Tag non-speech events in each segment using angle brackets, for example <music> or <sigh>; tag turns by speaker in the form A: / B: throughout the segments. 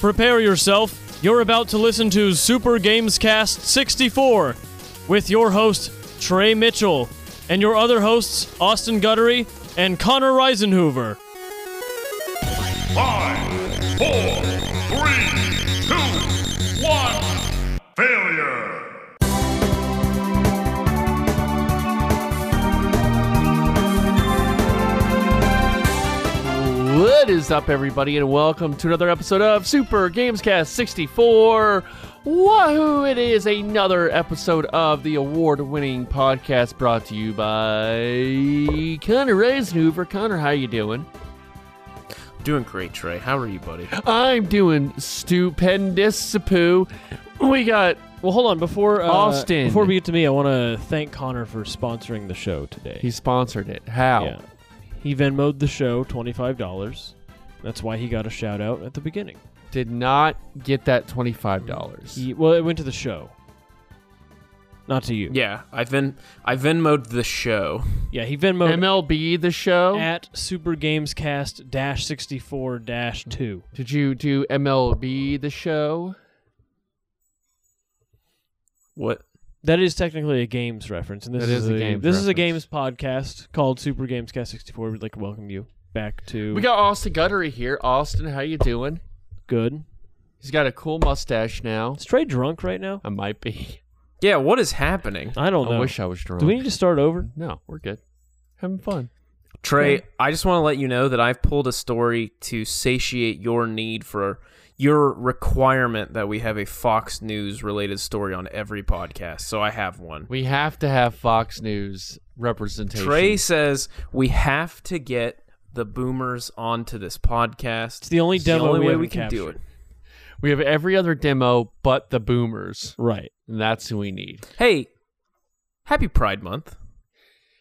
A: prepare yourself. You're about to listen to Super Gamescast 64 with your host, Trey Mitchell, and your other hosts, Austin Guttery and Connor Reisenhoover.
B: Five, four, three, two, one. Failure.
C: What is up, everybody, and welcome to another episode of Super Gamescast 64. Wahoo! It is another episode of the award winning podcast brought to you by Connor Reisenhoover. Connor, how you doing?
D: Doing great, Trey. How are you, buddy?
C: I'm doing stupendous. We got
A: Well, hold on. Before uh,
C: Austin.
A: before we get to me, I want to thank Connor for sponsoring the show today.
C: he sponsored it. How?
A: yeah, he Venmoed the show twenty five dollars. That's why he got a shout out at the beginning.
C: Did not get that twenty-five dollars.
A: He, well, it went to the show, not to you.
D: Yeah, I've been I Venmoed the show.
A: yeah he Venmoed
C: MLB the show.
A: at Super Gamescast dash sixty four dash two.
C: Did you do MLB the show?
D: What?
A: That is technically a games reference, and this
C: That
A: is,
C: is a games
A: this is a games
C: reference.
A: podcast called Super Gamescast sixty four. We'd like to welcome you back to
C: We got Austin Guttery here. Austin, how you doing?
A: good.
C: He's got a cool mustache now.
A: Is Trey drunk right now?
C: I might be.
D: Yeah, what is happening?
A: I don't know.
C: I wish I was drunk.
A: Oh, Do we need to start over?
C: No, we're good. Having fun.
D: Trey, I just want to let you know that I've pulled a story to satiate your need for your requirement that we have a Fox News related story on every podcast. So I have one.
C: We have to have Fox News representation.
D: Trey says we have to get the boomers onto this podcast.
A: It's the only demo
D: only
A: we
D: way
A: haven't
D: we can do
A: captured.
D: it.
C: We have every other demo but the boomers.
A: Right.
C: And that's who we need.
D: Hey, happy Pride Month.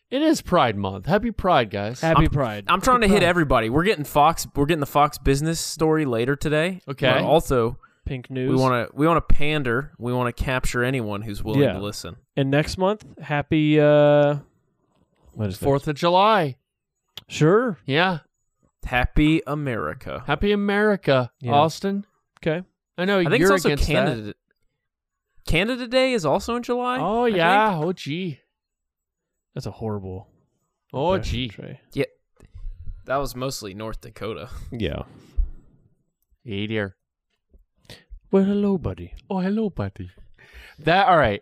C: It is Pride Month. Happy Pride, guys.
A: Happy Pride.
D: I'm trying to hit everybody. We're getting Fox. We're getting the Fox business story later today.
C: Okay.
D: But also,
A: Pink News.
D: we want to we want to pander. We want to capture anyone who's willing
A: Yeah.
D: to listen.
A: and next month, happy uh what is
C: Fourth of July.
A: that? Sure.
C: Yeah.
D: Happy America.
C: Happy America,
A: Yeah.
C: Austin.
A: Okay.
C: I know
D: I think it's
C: Oh, you're
D: also
C: against that.
D: Canada. Canada Day is also in July.
C: Oh
D: I
A: er
C: yeah.
D: think.
C: Oh gee.
A: That's a horrible
C: Oh
A: impression,
C: gee.
A: Trey.
D: Yeah. That was mostly North Dakota.
A: Yeah. er
C: Hey dear.
A: Well hello, buddy.
C: Oh hello, buddy. That all right.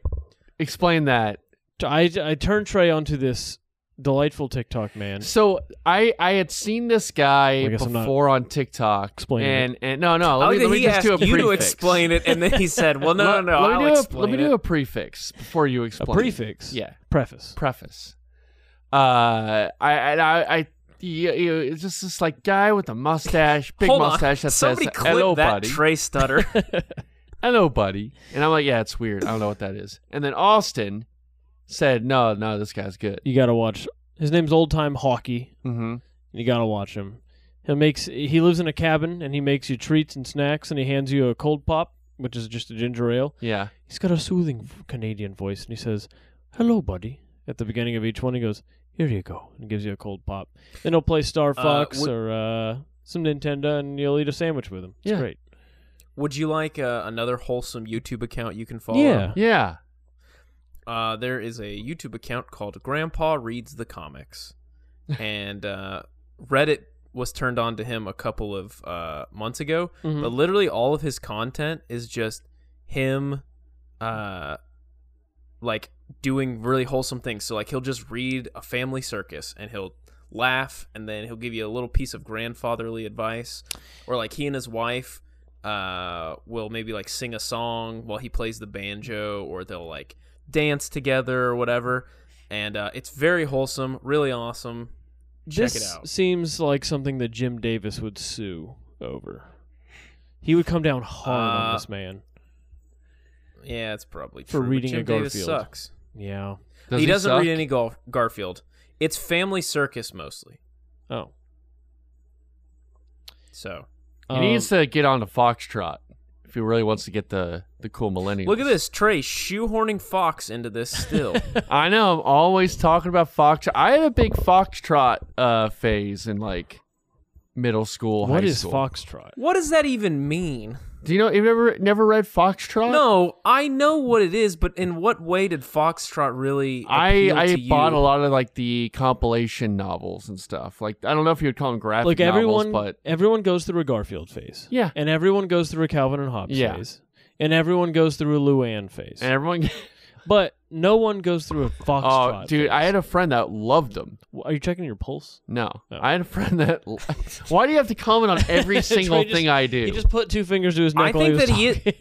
C: Explain that.
A: T- I I turned Trey onto this delightful TikTok man.
C: So I I had seen this guy
A: I guess I'm not
C: before on TikTok.
A: explaining
C: and and no no Oh, let
D: I
C: me,
D: like that
C: let me
D: he
C: just do a
D: asked you to
C: prefix.
D: explain it, and then he said, "Well, no, no,
C: <laughs> Let-
D: no. I'll
C: let, me do a,
D: explain
C: let me
D: it."
C: do a prefix before you
A: A
C: explain.
A: prefix.
C: Yeah.
A: Preface.
C: Preface. Uh, I I I. I you, you, it's just this like guy with a mustache, big
D: Hold
C: mustache
D: on.
C: that
D: Somebody
C: says
D: clip
C: "Hello,
D: that
C: buddy."
D: Trey
C: <laughs>
D: Stutter.
C: hello buddy and i'm like yeah it's weird i don't know what that is and then austin said no no this guy's good
A: You gotta watch his name's old time hockey.
C: mm-hmm.
A: You gotta watch him. He makes he lives in a cabin and he makes you treats and snacks and he hands you a cold pop, which is just a ginger ale.
C: yeah
A: He's got a soothing Canadian voice, and he says, "Hello, buddy." At the beginning of each one, he goes, "Here you go," and gives you a cold pop. Then he'll play Star Fox
D: would-
A: or uh, some Nintendo, and you'll eat a sandwich with him. It's
C: Yeah.
A: great.
D: Would you like uh, another wholesome YouTube account you can follow?
A: Yeah.
C: yeah
D: Uh, there is a YouTube account called Grandpa Reads the Comics, and uh, Reddit was turned on to him a couple of uh, months ago.
A: Mhm.
D: But literally, all of his content is just him, uh, like doing really wholesome things. So like he'll just read a family circus, and he'll laugh, and then he'll give you a little piece of grandfatherly advice, or like he and his wife uh will maybe like sing a song while he plays the banjo or they'll like dance together or whatever and uh it's very wholesome really awesome check it
A: this
D: out.
A: seems like something that Jim Davis would sue over. He would come down hard on
D: Uh,
A: this man.
D: yeah it's probably
A: For
D: true, but
A: reading a
D: Jim Davis
A: Garfield.
D: sucks
A: Yeah.
D: he, doesn't
C: suck?
D: read any Gar- Garfield. It's Family Circus mostly.
A: Oh.
D: So
C: he
A: Um,
C: needs to get on to foxtrot if he really wants to get the the cool millennial
D: look at this, Trey shoehorning Fox into this still.
C: <laughs> i know i'm always talking about foxtrot i had a big foxtrot uh phase in like middle school
A: What
C: high
A: is
C: school.
A: Foxtrot?
D: what does that even mean?
C: Do you know? You've never never read Foxtrot?
D: No, I know what it is, but in what way did Foxtrot really?
C: I
D: appeal
C: I
D: to
C: bought
D: you?
C: a lot of like the compilation novels and stuff. Like I don't know if you would call them graphic
A: Like
C: novels,
A: everyone,
C: but
A: everyone goes through a Garfield phase.
C: Yeah.
A: and everyone goes through a Calvin and Hobbes
C: Yeah.
A: phase, and everyone goes through a Luann phase.
C: and everyone. <laughs>
A: but no one goes through a Foxtrot.
C: oh, dude, I had a friend that loved them.
A: phase. are you checking your pulse?
C: No, I had a
A: <laughs>
C: friend that. <laughs> Why do you have to comment on every <laughs> single
A: He just-
C: thing I do?
A: He just put two fingers to his neck.
D: I
A: while
D: think that
A: he
D: he
A: was
D: is.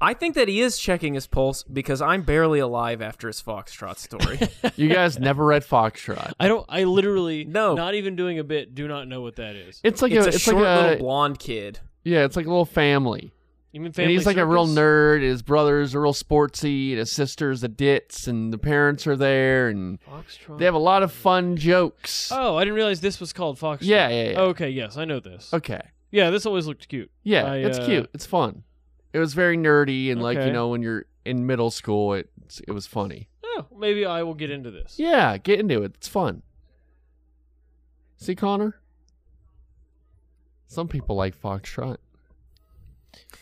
D: I think that he is checking his pulse because I'm barely alive after his Foxtrot
C: <laughs>
D: story.
C: you guys never read Foxtrot.
A: <laughs> I don't. I literally
D: No.
A: Not even doing a bit. Do not know what that is.
C: It's like
D: it's
C: a,
D: a
C: it's
D: short
C: like a
D: little blonde kid.
C: yeah, it's like a little family.
A: You mean
C: and
A: family
C: he's like a real
A: circles?
C: nerd. and His brother's a real sportsy. And his sister's a ditz, and the parents are there, and
A: Foxtrot.
C: they have a lot of fun jokes.
A: Oh, I didn't realize this was called Foxtrot.
C: Yeah, yeah, yeah.
A: Okay, yes, I know this.
C: Okay,
A: Yeah, this always looked cute.
C: yeah,
A: I,
C: it's
A: uh,
C: cute. It's fun. It was very nerdy, and like you
A: Okay.
C: know, when you're in middle school, it it was funny.
A: Oh, maybe I will get into this.
C: Yeah, get into it. It's fun. See, Connor. Some people like Foxtrot.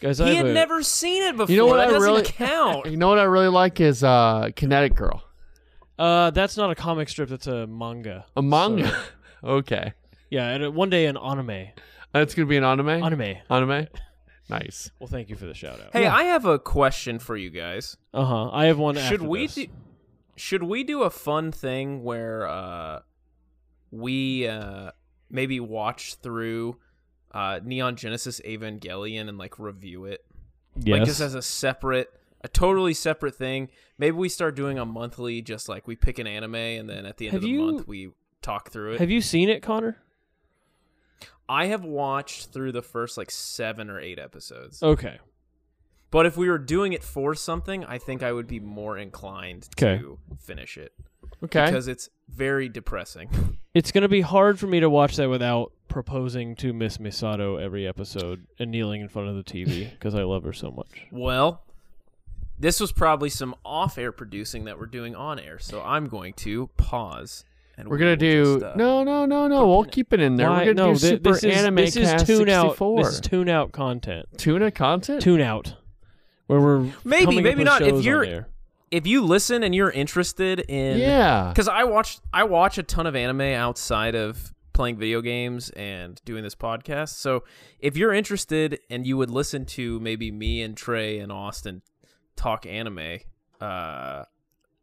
A: Guys, I
D: He
A: have
D: had
A: a-
D: never seen it before.
C: You know what
D: that
C: I
D: doesn't
C: really-
D: count.
C: <laughs> You know what I really like is uh, Kinetic Girl,
A: Uh, that's not a comic strip. That's a manga.
C: a manga. <laughs> okay,
A: Yeah, and uh, one day an anime.
C: that's gonna be an anime.
A: Anime.
C: Anime? Nice.
A: Well, thank you for the shout out.
D: Hey, I have a question for you guys.
A: Uh huh. I have one.
D: should
A: after
D: we
A: this.
D: do, should we do a fun thing where uh we uh maybe watch through uh Neon Genesis Evangelion and like review it?
A: Yes.
D: Like just as a separate a totally separate thing. Maybe we start doing a monthly just like we pick an anime and then at the end
A: Have
D: of the
A: you-
D: month we talk through it.
A: have you seen it, Connor?
D: I have watched through the first like 7 or 8 episodes.
A: Okay.
D: But if we were doing it for something, I think I would be more inclined
A: Okay.
D: to finish it
C: Okay.
D: because it's very depressing. <laughs>
A: It's gonna be hard for me to watch that without proposing to Miss Misato every episode and kneeling in front of the TV because I love her so much.
D: Well, this was probably some off-air producing that we're doing on air, so I'm going to pause. And
C: We're
D: we
C: gonna
D: will
C: do
D: just, uh,
C: no, no, no, no. We'll keep it in there.
A: Why-
C: We're gonna
A: no,
C: do
A: thi-
C: super
A: this is,
C: anime
A: this is
C: cast
A: tune out.
C: 64.
A: This is tune out content.
C: Tuna content.
A: Tune out. Where we're
D: Maybe,
A: coming up
D: maybe
A: with
D: not. If
A: shows on
D: you're-
A: air.
D: If you listen and you're interested in,
C: yeah.
D: because I watch I watch a ton of anime outside of playing video games and doing this podcast. So if you're interested and you would listen to maybe me and Trey and Austin talk anime, uh,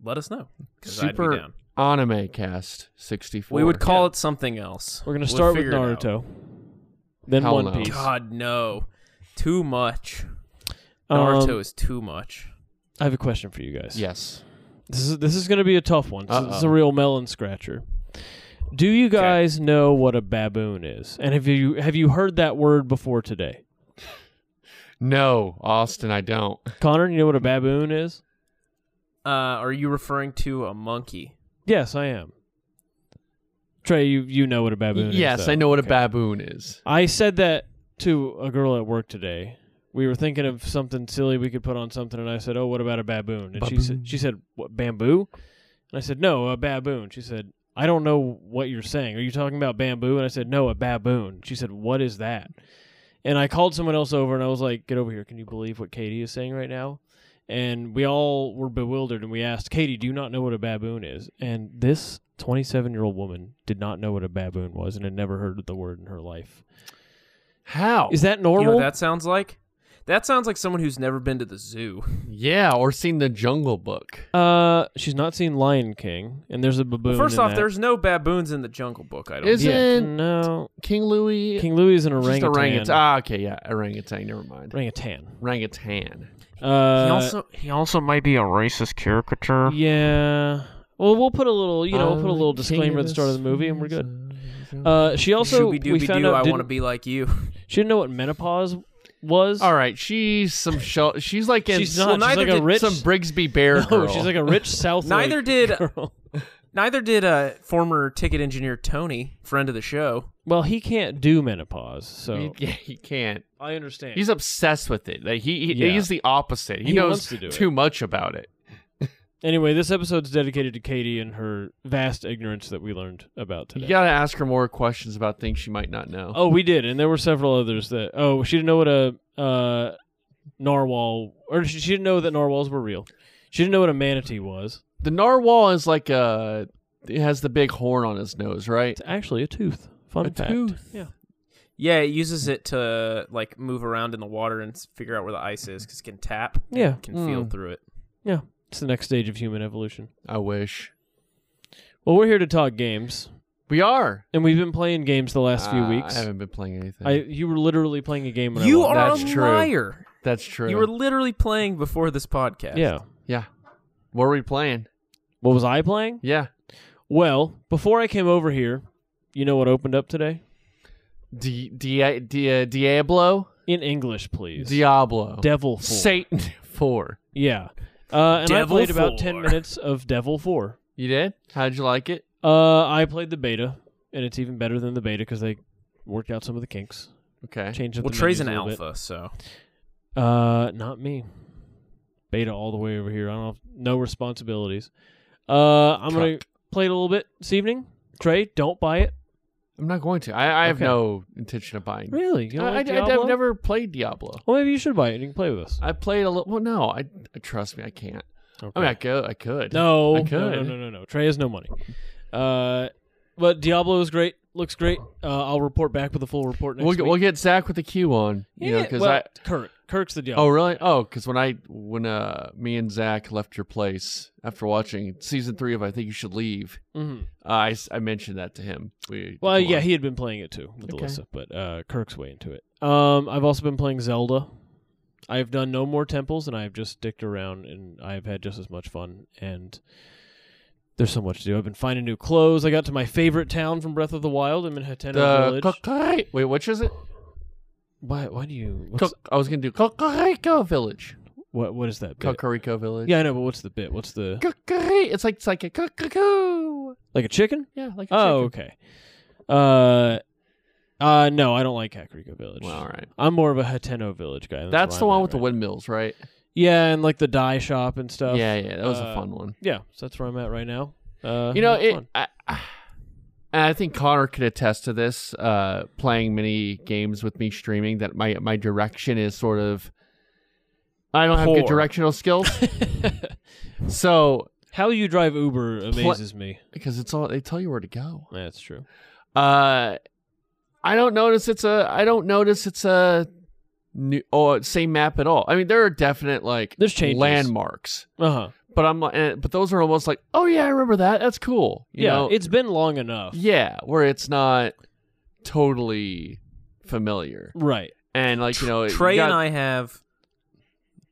D: let us know. 'cause I'd be
C: Super
D: down.
C: anime cast 64.
D: We would call it something else.
A: We're gonna
D: We'll
A: start with
D: figure it out.
A: Naruto, then
C: Hell
A: One
C: no.
A: Piece.
D: God no, too much.
A: Um,
D: Naruto is too much.
A: I have a question for you guys.
C: Yes.
A: this is this is gonna be a tough one. This, this is
C: Uh-oh.
A: a real melon scratcher. Do you guys know what a baboon is? And have you have you heard that word before today,
C: No, Austin, I don't.
A: Connor? You know what a baboon is?
D: Uh, are you referring to a monkey?
A: Yes, I am. Trey, you you know what a baboon is?
C: yes,
A: though.
C: I know what
A: Okay.
C: a baboon is.
A: I said that to a girl at work today. We were thinking of something silly we could put on something, and I said, "Oh, what about a baboon?" And she said, "She said what bamboo?" And I said, "No, a baboon." She said, "I don't know what you're saying. Are you talking about bamboo?" And I said, "No, a baboon." She said, "What is that?" And I called someone else over, and I was like, "Get over here! Can you believe what Katie is saying right now?" And we all were bewildered, and we asked, "Katie, do you not know what a baboon is?" And this 27-year-old woman did not know what a baboon was, and had never heard of the word in her life.
C: How?
A: Is that
D: You know
A: normal?
D: what that sounds like? That sounds like someone who's never been to the zoo.
C: yeah, or seen the Jungle Book.
A: uh, she's not seen Lion King, and there's a baboon.
D: First
A: in
D: off,
A: that.
D: there's no baboons in the Jungle Book. I don't.
C: Is-
D: Is-
A: yeah,
C: Isn't-
A: no
C: King Louis.
A: King Louis is an
C: just
A: orangutan.
C: orangutan. Ah, okay, yeah, orangutan. Never mind.
A: Orangutan.
C: Orangutan.
A: Uh,
D: he also he also might be a racist caricature.
A: yeah. Well, we'll put a little, you know, we'll put a little disclaimer at the start of the movie, and we're good. Uh, she also
D: Shooby
A: we
D: dooby
A: found
D: doo. I want
A: out
D: to
A: didn't,
D: be like you.
A: she didn't know what menopause was. <laughs>
C: All right, she's some show. She's like in
A: She's
C: some-
A: not. she's
D: neither
A: like a
D: did
A: rich.
C: some Brigsby Bear
A: no,
C: girl.
A: Oh, she's like a
D: <laughs>
A: rich South.
D: Neither
A: Lake
D: did-
A: girl. <laughs>
D: Neither did uh, former ticket engineer Tony, friend of the show.
A: Well, he can't do menopause,
C: He,
A: so
C: yeah, he can't.
A: I understand.
C: He's obsessed with it. Like he, he
A: Yeah.
C: he's the opposite. He,
A: He
C: knows
A: wants to do it.
C: too much about it.
A: Anyway, this episode's dedicated to Katie and her vast ignorance that we learned about today.
C: You gotta ask her more questions about things she might not know.
A: Oh, we did, and there were several others that. Oh, she didn't know what a uh, narwhal, or she, she didn't know that narwhals were real. She didn't know what a manatee was.
C: The narwhal is like a. It has the big horn on his nose, right?
A: It's actually a tooth. Fun
C: A
A: fact.
C: tooth.
A: Yeah.
D: Yeah, it uses it to like move around in the water and s- figure out where the ice is because it can tap,
A: Yeah.
D: it can feel
C: Mm.
D: through it.
A: Yeah. It's the next stage of human evolution.
C: I wish.
A: Well, we're here to talk games,
C: We are.
A: and we've been playing games the last few
C: Uh,
A: weeks.
C: I haven't been playing anything.
A: I you were literally playing a game. When I
D: You
A: walked-
D: are
C: That's
D: a
C: true.
D: liar.
C: That's true.
D: You were literally playing before this podcast.
A: Yeah.
C: Yeah. What were we playing?
A: What was I playing?
C: Yeah.
A: Well, before I came over here, you know what opened up today?
C: Di- Di- Di- uh, Diablo?
A: In English, please.
C: Diablo.
A: Devil 4.
C: Satan <laughs> 4.
A: yeah. Uh, and
D: Devil
A: I played about 10
D: Four.
A: minutes of Devil 4.
C: You did? How'd you like it?
A: Uh, I played the beta, and it's even better than the beta because they worked out some of the kinks.
C: Okay.
A: Changed up
D: Well,
A: the
D: Trey's an
A: menus a little bit.
D: alpha, so
A: Uh, not me. Beta all the way over here. I don't no responsibilities. Uh, I'm gonna play it a little bit this evening. Trey, don't buy it.
C: I'm not going to. I, I have
A: Okay.
C: no intention of buying.
A: Really? You don't
C: I,
A: like
C: have
A: Diablo?
C: never played Diablo.
A: Well, maybe you should buy it and you can play with us.
C: I played a little. Well, no. I trust me. I can't. I
A: Okay.
C: mean, I could. I could.
A: No,
C: I
A: no, no,
C: could.
A: no, no, no. Trey has no money. Uh, but Diablo is great. Looks great. Uh, I'll report back with a full report next
C: We'll,
A: week.
C: get- we'll get Zach with the Q on. You know,
A: Yeah,
C: 'cause
A: well,
C: I.
A: Kirk. Kirk's the Diablo.
C: Oh really? Oh, because when I when uh me and Zach left your place after watching season three of I think you should leave,
A: Mhm.
C: uh, I s- I mentioned that to him. We
A: Well,
C: come
A: yeah,
C: on.
A: he had been playing it too with
C: Okay.
A: Alyssa, but uh, Kirk's way into it. Um, I've also been playing Zelda. I've done no more temples, and I've just dicked around, and I've had just as much fun. And there's so much to do. I've been finding new clothes. I got to my favorite town from Breath of the Wild. I'm in Hateno
C: the
A: Village.
C: Kokai. Wait, which is it?
A: why? Why do you?
C: Ko-
A: What's,
C: I was gonna do Kokoriko Village.
A: what? What is that? Bit?
C: Kokoriko Village.
A: Yeah, I know, but what's the bit? What's the
C: Kokori- It's like it's like a cuckoo.
A: like a chicken?
C: Yeah, like a
A: Oh,
C: chicken.
A: okay. Uh, uh, no, I don't like Kakariko Village.
C: Well, all right.
A: I'm more of a Hateno Village guy.
C: That's
A: where
C: the
A: I'm
C: one
A: at
C: with the
A: right
C: windmills, right?
A: Yeah, and like the dye shop and stuff.
C: yeah, yeah, that was a
A: uh,
C: fun one.
A: yeah. So that's where I'm at right now. Uh,
C: You know,
A: having
C: it.
A: fun.
C: I, I- and I think Connor could attest to this. Uh, playing many games with me streaming, that my my direction is sort of. I don't have good
D: Poor.
A: <laughs>
C: directional skills, <laughs> so
A: How you drive Uber
C: Pla-
A: amazes me.
C: because it's all they tell you where to go.
A: That's true.
C: Uh, I don't notice it's a. I don't notice it's a. New, oh, same map at all. I mean, there are definite like
A: There's changes.
C: landmarks,
A: Uh huh.
C: but I'm like, eh, but those are almost like, oh yeah, I remember that. That's cool. You
A: Yeah,
C: know?
A: it's been long enough.
C: Yeah, where it's not totally familiar.
A: Right.
C: And like, you know,
D: Trey and I have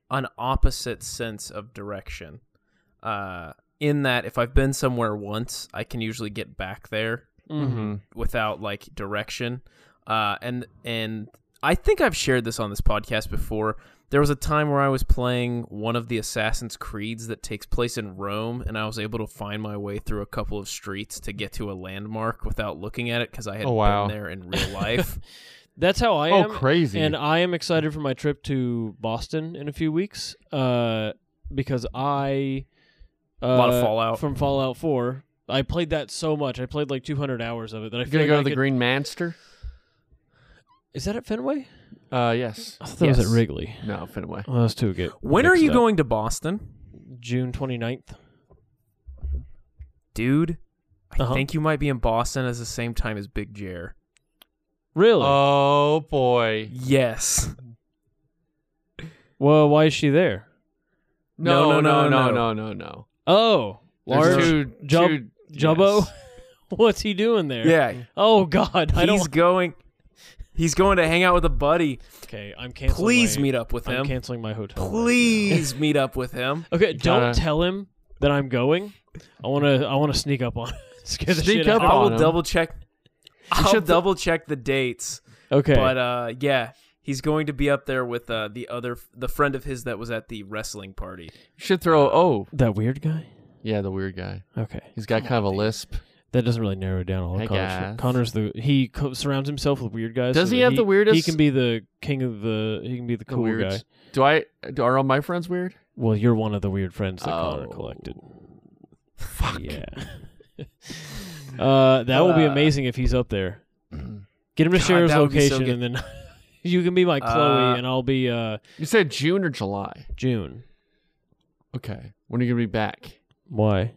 D: an opposite sense of direction. Uh, in that, if I've been somewhere once, I can usually get back there
A: Mm-hmm.
D: without like direction. Uh, and and I think I've shared this on this podcast before. There was a time where I was playing one of the Assassin's Creeds that takes place in Rome, and I was able to find my way through a couple of streets to get to a landmark without looking at it because I had
C: Oh, wow.
D: been there in
C: <laughs>
D: real life.
A: That's how I
C: Oh,
A: am.
C: crazy.
A: And I am excited for my trip to Boston in a few weeks. Uh, because I uh,
D: lot of Fallout.
A: from Fallout Four. I played that so much. I played like 200 hours of it that I
C: you
A: feel
C: gonna
A: like
C: go
A: I
C: to the
A: could-
C: Green Manster?
A: Is that at Fenway?
C: Uh, yes.
A: I thought that was
D: Yes.
A: at Wrigley.
C: No, Fenway.
A: Well, that's too good.
D: when are
A: Mixed
D: you
A: up.
D: going to Boston?
A: June 29th.
D: dude, I
A: Uh-huh.
D: think you might be in Boston as the same time as Big Jer.
A: Really?
D: Uh,
C: Oh boy.
D: Yes.
A: well, why is she there?
C: No, no, no, no,
D: no.
C: no, no, no.
A: Oh,
C: There's
A: large
C: two,
A: Jub-
C: two-
A: Jubbo.
C: yes.
A: <laughs> What's he doing there?
D: Yeah.
A: Oh God, I
D: He's
A: don't.
D: going He's going to hang out with a buddy.
A: Okay, I'm canceling.
D: Please
A: my-
D: meet up with
A: I'm
D: him.
A: canceling my hotel. right now.
D: Please meet up with
A: <laughs>
D: him.
A: Okay, don't
C: gotta-
A: tell him that I'm going. I wanna. I wanna sneak up on. him. <laughs> Scare the
C: Sneak
A: shit out
C: up
A: of
D: I
C: on
D: will
C: him.
D: double check I'll double check the dates.
A: him. Okay.
D: But uh yeah, he's going to be up there with uh, the other the friend of his that was at the wrestling party.
C: Should throw oh
A: that weird guy.
C: yeah, the weird guy.
A: Okay,
C: He's got kind of a lisp.
A: that doesn't really narrow it down all.
C: I
A: of Connor's,
C: guess.
A: Connor's the he co- surrounds himself with weird guys.
C: Does
A: so
C: he
A: that
C: have the weirdest-
A: He can be the king of the. He can be the
C: The
A: cool guy.
C: weirds. Do I do are all my friends weird?
A: Well, you're one of the weird friends that Connor
C: Oh.
A: collected. Fuck. Yeah. <laughs> uh, that will be
D: Uh,
A: amazing if he's up there. Get him to
D: God,
A: share his
D: that would be so
A: location, and then <laughs> you can be my Chloe,
D: Uh,
A: and I'll be uh,
C: You said June or July.
A: June.
C: Okay. When are you gonna be back?
A: Why?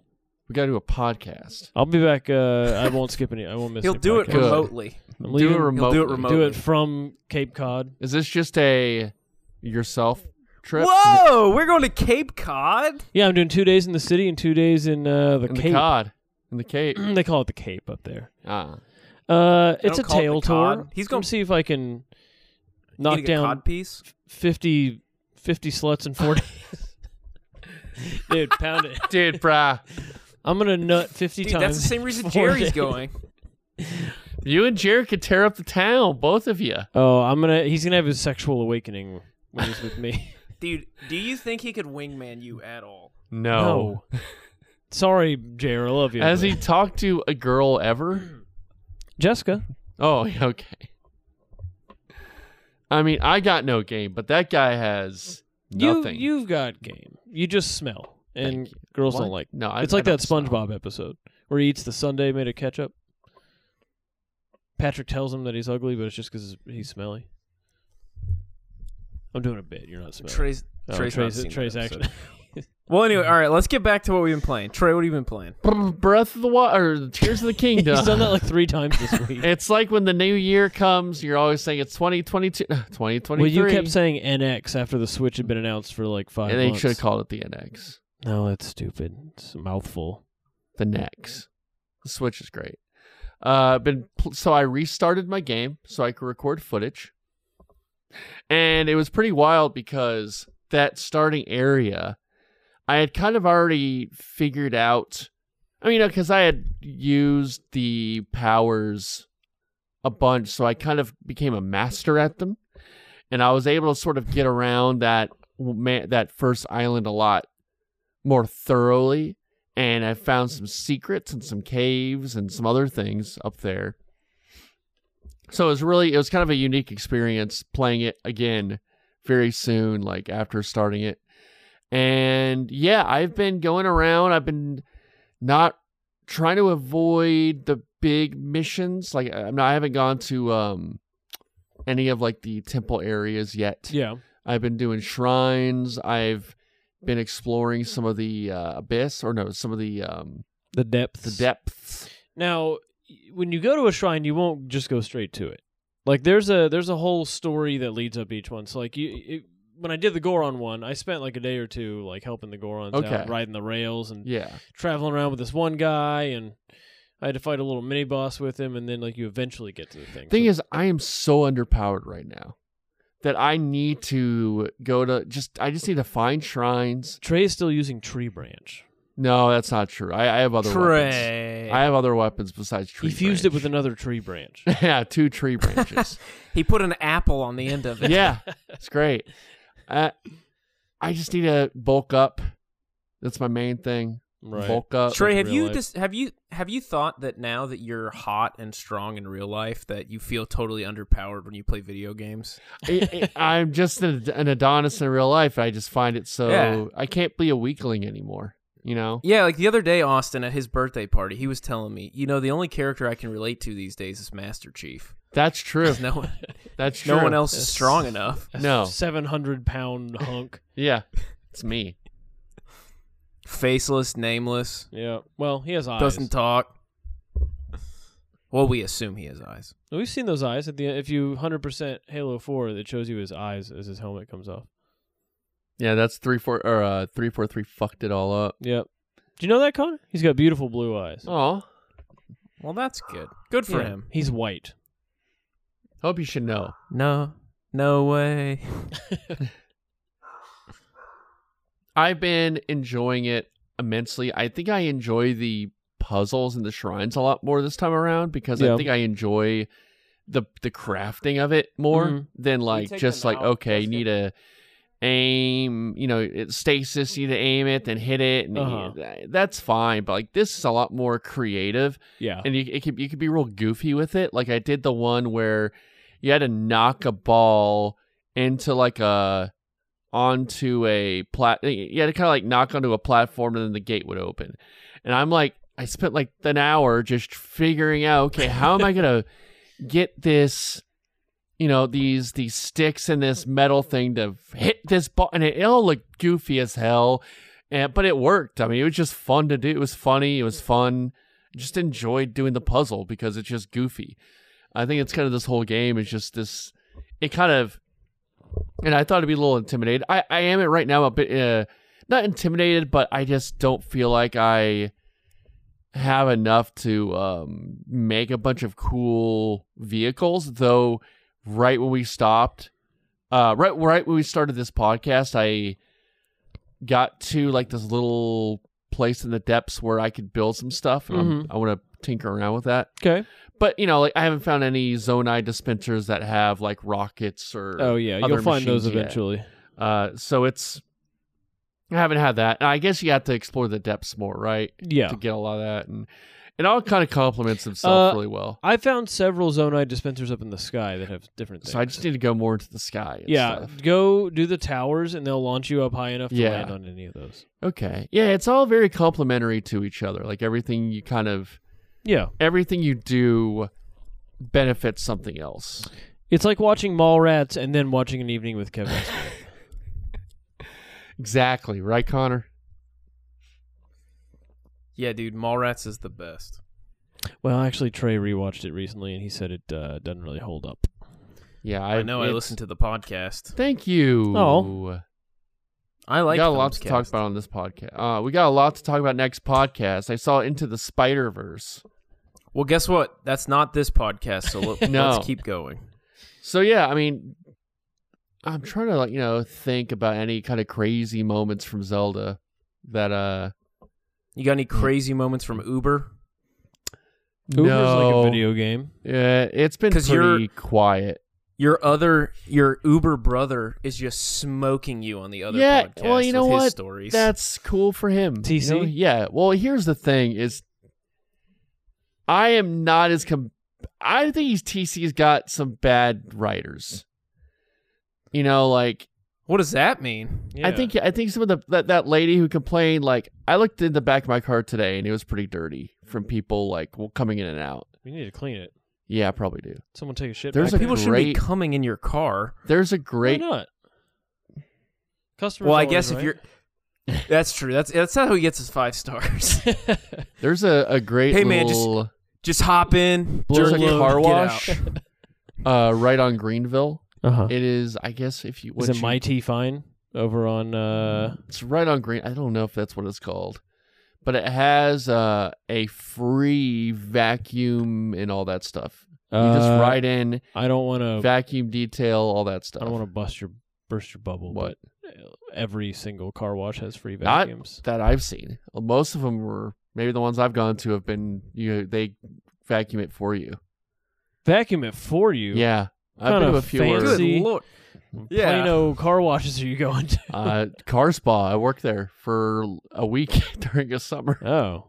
C: We gotta do a podcast.
A: I'll be back. Uh, I won't skip any. I won't miss.
D: He'll
A: any
D: do it
A: podcast.
C: Good.
D: remotely.
A: I'm
C: Do it
A: leaving-
D: He'll
C: remotely.
D: do it remotely.
A: Do it from Cape Cod.
C: Is this just a yourself trip?
D: Whoa, we're going to Cape Cod.
A: Yeah, I'm doing two days in the city and two days in uh, the
C: In the
A: Cape.
C: cod. In the Cape.
A: <clears throat> they call it the Cape up there.
C: ah.
A: Uh,
D: They
A: it's a
D: don't call it the
A: tail tour.
D: cod. He's
A: going
D: gonna-
A: to see if I can
D: You
A: knock
D: gonna get
A: down
D: cod piece.
A: 50, 50 sluts in
D: <laughs>
A: four days. Dude, pound it.
C: Dude, bruh.
A: I'm gonna nut fifty
D: Dude,
A: times.
D: that's the same reason
A: <laughs> Four
D: Jerry's
A: days.
D: going.
C: You and Jared could tear up the town, both of you.
A: Oh, I'm gonna. He's gonna have his sexual awakening when he's with me.
D: <laughs> Dude, do you think he could wingman you at all?
A: No. Sorry, Jer, I love you.
C: Has
A: but-
C: he talked to a girl
A: <clears throat>
C: ever?
A: Jessica?
C: Oh, yeah, okay. I mean, I got no game, but that guy has nothing.
A: You you've got game. You just smell, and
C: Thank you.
A: girls
C: What?
A: don't like.
C: No, I,
A: it's
C: I
A: like
C: don't
A: that SpongeBob episode where he eats the Sunday made of ketchup. Patrick tells him that he's ugly, but it's just because he's smelly. I'm doing a bit. You're not smelly.
D: Trey's,
A: Oh,
D: Trey's, not seen that
A: Trey's
D: episode.
C: <laughs>
A: actually.
D: Well, anyway, all right, let's get back to what we've been playing. Trey, what have you been playing?
C: Br- Breath of the Water,
A: <laughs>
C: Tears of the Kingdom.
A: He's done that like three times this week.
C: <laughs> It's like when the new year comes, you're always saying it's <sighs> 2022, 2023.
A: Well, you kept saying NX after the Switch had been announced for like five
C: and they
A: months.
C: should have called it the NX.
A: no, that's stupid. It's a mouthful.
C: The next. The Switch is great. Uh, been pl- so I restarted my game so I could record footage, and it was pretty wild because that starting area, I had kind of already figured out. I mean, because I had used the powers a bunch, so I kind of became a master at them, and I was able to sort of get around that ma- that first island a lot more thoroughly and I found some secrets and some caves and some other things up there. So it was really it was kind of a unique experience playing it again very soon, like after starting it. And yeah, I've been going around. I've been not trying to avoid the big missions. Like I'm not, I haven't gone to um, any of like the temple areas yet.
A: Yeah.
C: I've been doing shrines. I've been exploring some of the uh, abyss, or no, some of the um,
A: The depth.
C: the depths.
A: Now, y- when you go to a shrine, you won't just go straight to it. Like there's a there's a whole story that leads up each one. So like you, it, when I did the Goron one, I spent like a day or two like helping the Gorons
C: Okay.
A: out, riding the rails and
C: Yeah,
A: traveling around with this one guy, and I had to fight a little mini boss with him, and then like you eventually get to the thing.
C: thing
A: So-
C: is, I am so underpowered right now that I need to go to just. I just need to find shrines.
A: Trey is still using Tree Branch.
C: No, that's not true. I, I have other weapons.
D: Trey.
C: I have other weapons besides tree.
A: he fused it with
C: branch.
A: another Tree
C: <laughs>
A: Branch.
C: yeah, two tree
A: <laughs>
C: branches.
D: He put an apple on the end of it.
C: yeah, it's great. Uh, I just need to bulk up. That's my main thing.
A: right.
C: Bulk up.
D: Trey,
A: Uh,
D: have
A: in real
D: you
A: life.
D: dis- have you have you thought that now that you're hot and strong in real life that you feel totally underpowered when you play video games?
C: I- I- I'm just an, an Adonis in real life. I just find it so
D: Yeah.
C: I can't be a weakling anymore. You know,
D: Yeah, like the other day, Austin at his birthday party, he was telling me, you know, the only character I can relate to these days is Master Chief.
C: that's true.
D: 'Cause No
A: <laughs>
D: one,
C: That's true.
D: no one else is strong enough.
C: No.
A: Seven hundred pound
C: <laughs>
A: hunk.
C: Yeah, it's me.
D: Faceless, nameless,
A: yeah. Well, he has eyes.
D: doesn't talk. Well, we assume he has eyes.
A: We've seen those eyes at the if you hundred percent Halo Four, it shows you his eyes as his helmet comes off.
C: Yeah, that's three four or uh, three four three fucked it all up.
A: Yep. Do you know that Connor? He's got beautiful blue eyes.
C: Oh,
D: Well, that's good. Good for
A: Yeah.
D: him.
A: He's white.
C: hope you should know.
D: No, no way.
C: I've been enjoying it immensely. I think I enjoy the puzzles and the shrines a lot more this time around because I
A: Yeah.
C: think I enjoy the the crafting of it more
A: Mhm.
C: than like
D: take
C: just
D: them
C: like
D: out,
C: okay, you
D: Justin?
C: need to aim, you know, it, stasis, you need to aim it, then hit it, and
A: Uh-huh.
C: th- that's fine. But like this is a lot more creative,
A: Yeah.
C: and you it could you could be real goofy with it. Like I did the one where you had to knock a ball into like a onto a plat. You had to kind of like knock onto a platform, and then the gate would open. And I'm like, I spent like an hour just figuring out, okay, how am I gonna get this? You know these these sticks and this metal thing to hit this ball, and it, it all looked goofy as hell. And but it worked. I mean, it was just fun to do. It was funny. It was fun. I just enjoyed doing the puzzle because it's just goofy. I think it's kind of this whole game is just this. It kind of, and I thought it'd be a little intimidated. I I am it right now a bit uh, not intimidated, but I just don't feel like I have enough to um, make a bunch of cool vehicles. Though, right when we stopped, uh, right right when we started this podcast, I got to like this little place in the depths where I could build some stuff. And I'm- I want to tinker around with that.
A: Okay.
C: But you know, like I haven't found any Zonai dispensers that have like rockets or
A: Oh yeah,
C: other
A: you'll find those
C: machines yet.
A: eventually.
C: Uh, so it's I haven't had that. And I guess you have to explore the depths more, right?
A: Yeah.
C: To get a lot of that, and it all kind of complements itself
A: Uh,
C: really well.
A: I found several Zonai dispensers up in the sky that have different things.
C: So I just need to go more into the sky. And
A: yeah,
C: stuff.
A: go do the towers, and they'll launch you up high enough to
C: Yeah.
A: land on any of those.
C: Okay. Yeah, it's all very complementary to each other. Like everything you kind of
A: Yeah,
C: everything you do benefits something else.
A: Mm. it's like watching Mallrats and then watching an evening with
C: <laughs>
A: Kevin. Smith.
C: Exactly, right, Connor?
D: Yeah, dude, Mallrats is the best.
A: well, actually, Trey rewatched it recently, and he said it uh, doesn't really hold up.
C: Yeah,
D: I,
C: I,
D: know. I
C: it's-
D: listened to the podcast.
C: Thank you.
A: Oh.
D: I like.
C: we got a lot to talk
D: Thumbscast.
C: about on this podcast. Uh, we got a lot to talk about next podcast. I saw Into the Spider Verse.
D: Well, guess what? That's not this podcast. So
C: <laughs>
D: let,
C: No.
D: let's keep going.
C: So yeah, I mean, I'm trying to like you know think about any kind of crazy moments from Zelda that uh
D: You got any
C: Hmm.
D: crazy moments from Uber?
A: Uber's
C: no.
A: like a video game.
C: Yeah, it's been
D: 'Cause
C: pretty
D: you're-
C: quiet.
D: Your other, your Uber brother is just smoking you on the other
C: Yeah,
D: podcast.
C: well, you know
D: with
C: what?
D: His stories.
C: That's cool for him.
A: TC?
C: know? Yeah. Well, here's the thing: is I am not as com. I think he's TC's got some bad writers. You know, like
D: what does that mean?
A: Yeah.
C: I think I think some of the that, that lady who complained, like I looked in the back of my car today and it was pretty dirty from people like w- coming in and out.
A: we need to clean it.
C: Yeah, I probably do.
A: Someone take a shit. back
C: There's a
A: there.
D: People shouldn't be
C: great-
D: coming in your car.
C: There's a
A: Why
C: great
A: not? Customers.
D: Well, I
A: always
D: guess if
A: right.
D: you're. That's true. That's that's how he gets his five
C: <laughs>
D: stars.
C: there's a, a great
D: Hey, man, just-
C: little
D: Just hop in,
C: There's
D: jerk
C: a
D: load,
C: car
D: get
C: wash.
D: out. <laughs>
C: uh right on Greenville.
A: uh-huh.
C: It is I guess if you
A: is
C: what
A: it
C: you-
A: Mighty Fine over on? Uh,
C: it's right on Green I don't know if that's what it's called. But it has uh, a free vacuum and all that stuff. You just
A: uh,
C: ride in,
A: I don't want to.
C: vacuum detail, all that stuff.
A: I don't want to bust your burst your bubble.
C: What?
A: But every single car wash has free
C: Not-
A: vacuums.
C: that I've seen. Most of them were maybe the ones I've gone to have been you. They vacuum it for you.
A: Vacuum it for you.
C: Yeah, I've
A: Kinda
C: been to a few.
A: fancy.
C: where,
D: Good
A: See?
D: lord. Yeah.
A: Plano car washes are you going
C: <laughs>
A: to?
C: Uh, car spa. I worked there for a week <laughs> during a summer.
A: Oh.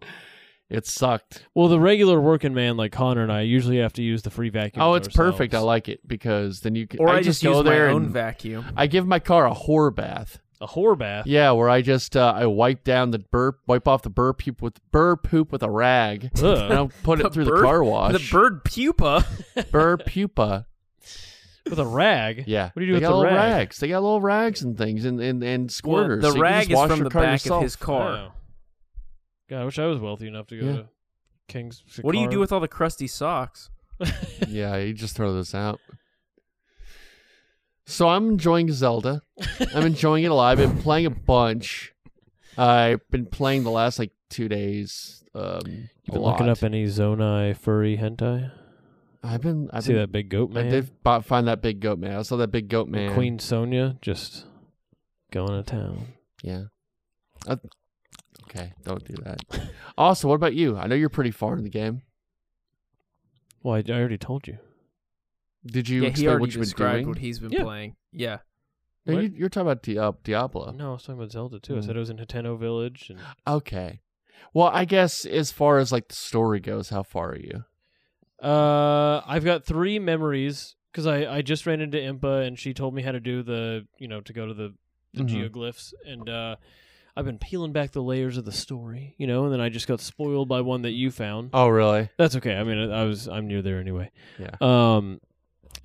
C: It sucked.
A: Well, the regular working man like Connor and I usually have to use the free vacuum.
C: Oh, it's perfect. I like it because then you can.
D: Or I,
C: just,
D: just,
C: go
D: use
C: there
D: my own
C: and
D: vacuum.
C: I give my car a horror bath.
A: a whore bath.
C: Yeah, where I just uh, I wipe down the burp, wipe off the burr poop with burr poop with
D: <laughs>
C: a rag, <laughs> and
A: Ugh,
C: I'll put
D: The
C: it through
D: bird-
C: the car wash.
D: The bird pupa.
C: burr pupa.
A: with a rag.
C: Yeah.
A: What do you do
C: they
A: with
C: got
A: the
C: little
A: rag?
C: rags. They got little rags and things and, and, and
D: Well,
C: squirters.
D: the
C: so you can
D: rag
C: just
D: is
C: wash
D: from
C: your
D: the
C: car
D: back
C: yourself.
D: of his <laughs> car.
A: Oh. God, I wish I was wealthy enough to go
C: Yeah.
A: to King's.
D: What do you do with all the crusty socks?
C: <laughs> yeah, you just throw those out. So I'm enjoying Zelda. I'm enjoying it a lot. I've been playing a bunch. I've been playing the last like two days. Um, a
A: You've been
C: lot.
A: looking up any Zonai furry hentai?
C: I've been. I've
A: See
C: been,
A: that big goat
C: I
A: man?
C: did bo- find that big goat man. I saw that big goat man.
A: Queen Sonia just going to town.
C: Yeah. Uh, okay, don't do that. also, what about you? I know you're pretty far in the game.
A: Well, I, I already told you.
C: Did you
D: yeah, he
C: explain
D: already
C: what you've been
D: described
C: doing?
D: what he's been
A: Yeah.
D: playing. Yeah.
C: No,
A: What?
C: you, you're talking about Di- uh, Diablo.
A: No, I was talking about Zelda too. I
C: Mm.
A: said it was in Hitano Village, and
C: Okay. Well, I guess as far as like the story goes, how far are you?
A: Uh, I've got three memories because I, I just ran into Impa and she told me how to do the you know to go to the the
C: Mm-hmm.
A: geoglyphs, and uh, I've been peeling back the layers of the story, you know. And then I just got spoiled by one that you found.
C: Oh, really?
A: That's okay. I mean, I, I was I'm near there anyway.
C: Yeah.
A: Um,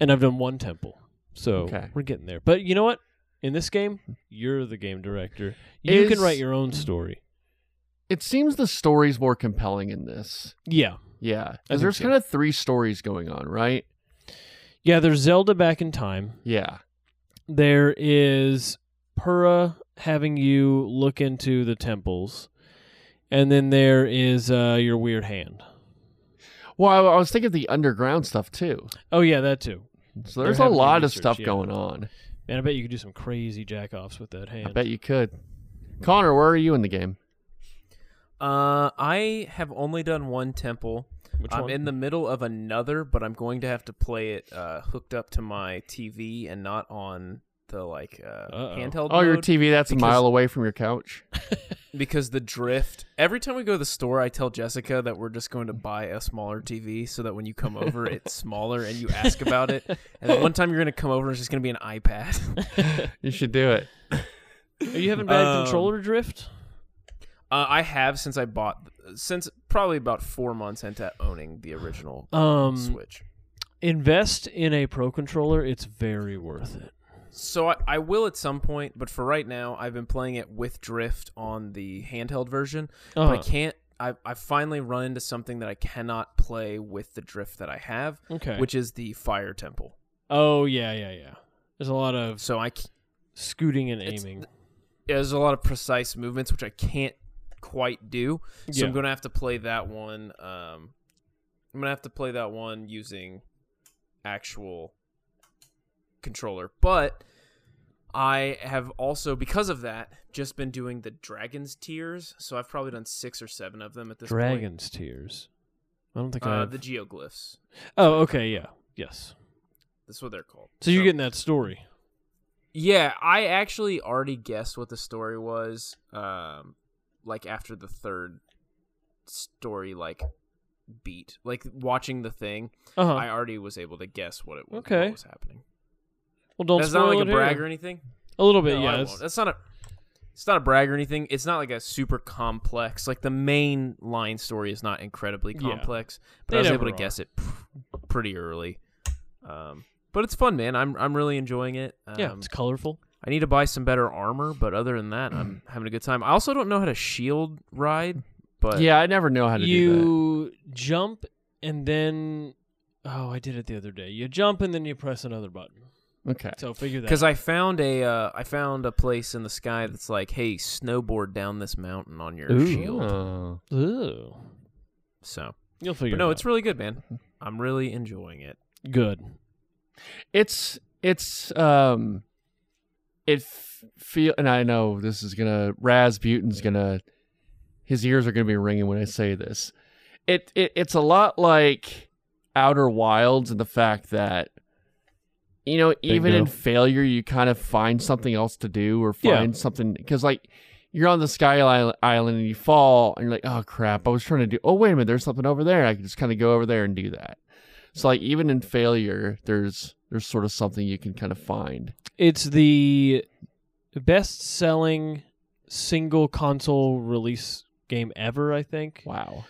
A: and I've done one temple, so
C: Okay.
A: we're getting there. But you know what? In this game, you're the game director. You can
C: Is-
A: write your own story.
C: It seems the story's more compelling in this.
A: Yeah,
C: Yeah.
A: I think
C: Because there's
A: so.
C: kind of three stories going on, right?
A: yeah. There's Zelda back in time.
C: Yeah.
A: There is Pura having you look into the temples, and then there is uh, your weird hand.
C: Well, I, I was thinking the underground stuff too.
A: Oh yeah, that too.
C: So
A: They're
C: there's a
A: having to
C: lot of
A: research,
C: stuff
A: yeah.
C: going on.
A: Man, I bet you could do some crazy jack offs with that hand.
C: I bet you could. Connor, where are you in the game?
D: Uh, I have only done one temple.
A: Which
D: I'm
A: one?
D: in the middle of another, but I'm going to have to play it uh, hooked up to my TV and not on the like uh,
A: Uh-oh.
D: handheld.
C: Oh, your
D: mode,
C: TV that's a
D: because-
C: mile away from your couch.
D: because the drift. Every time we go to the store, I tell Jessica that we're just going to buy a smaller TV so that when you come over, it's smaller and you ask about it. And
A: <laughs>
D: then one time you're going to come over, it's just going to be an iPad.
C: You should
A: <laughs>
C: do it.
A: Are you having bad
D: Um,
A: controller drift?
D: uh, I have since I bought since probably about four months into owning the original
A: Um,
D: Switch.
A: invest in a pro controller. It's very worth it.
D: So I, I will at some point, but for right now, I've been playing it with drift on the handheld version. But I
A: Uh-huh.
D: can't. I I finally run into something that I cannot play with the drift that I have,
A: Okay.
D: which is the fire temple.
A: Oh yeah, yeah, yeah. There's a lot of
D: So I c-
A: scooting and
D: It's-
A: aiming.
D: there's a lot of precise movements which I can't quite do. So
A: Yeah.
D: I'm gonna have to play that one. Um, I'm gonna have to play that one using actual controller. But I have also, because of that, just been doing the dragons tiers. So I've probably done six or seven of them at this point.
A: Dragon's tears. I don't think I.
D: Uh,
A: Have...
D: the geoglyphs.
A: Oh, okay, yeah, yes.
D: That's what they're called.
A: So you're getting that story.
D: Yeah, I actually already guessed what the story was. Um, like after the third story, like beat, like watching the thing,
A: Uh huh.
D: I already was able to guess what it was.
A: Okay.
D: what was happening.
A: Well, don't
D: That's
A: spoil
D: not like
A: it
D: a brag
A: here.
D: or anything.
A: A little bit,
D: No, I
A: yeah.
D: won't.
A: it's-
D: That's not a. It's not a brag or anything. It's not like a super complex. Like the main line story is not incredibly
A: Yeah.
D: complex, but
A: They
D: I was
A: never
D: able to
A: are.
D: guess it pr- pretty early. Um, but it's fun, man. I'm I'm really enjoying it. Um,
A: yeah, it's colorful.
D: I need to buy some better armor, but other than that, <clears throat> I'm having a good time. I also don't know how to shield ride, but
C: Yeah, I never know how to do
A: You jump and then. Oh, I did it the other day. You jump and then you press another button.
C: that. Okay.
A: So figure that.
D: because
A: out.
D: I found a uh, I found a place in the sky that's like, hey, snowboard down this mountain on your
A: Ooh.
D: shield.
C: Oh.
A: Ooh.
D: So,
A: You'll figure.
D: but no,
A: it
D: it's really good, man. I'm really enjoying it.
A: out. good.
C: It's it's um it f- feel and I know this is gonna Rasputin's gonna his ears are gonna be ringing when I say this. It it it's a lot like Outer Wilds and the fact that you know even in
A: Bingo.
C: failure you kind of find something else to do or
A: Yeah.
C: find something because like you're on the skyline island and you fall and you're like oh crap i was trying to do oh wait a minute there's something over there i can just kind of go over there and do that so like even in failure there's there's sort of something you can kind of find
A: It's the best-selling single console release game ever, I think.
C: wow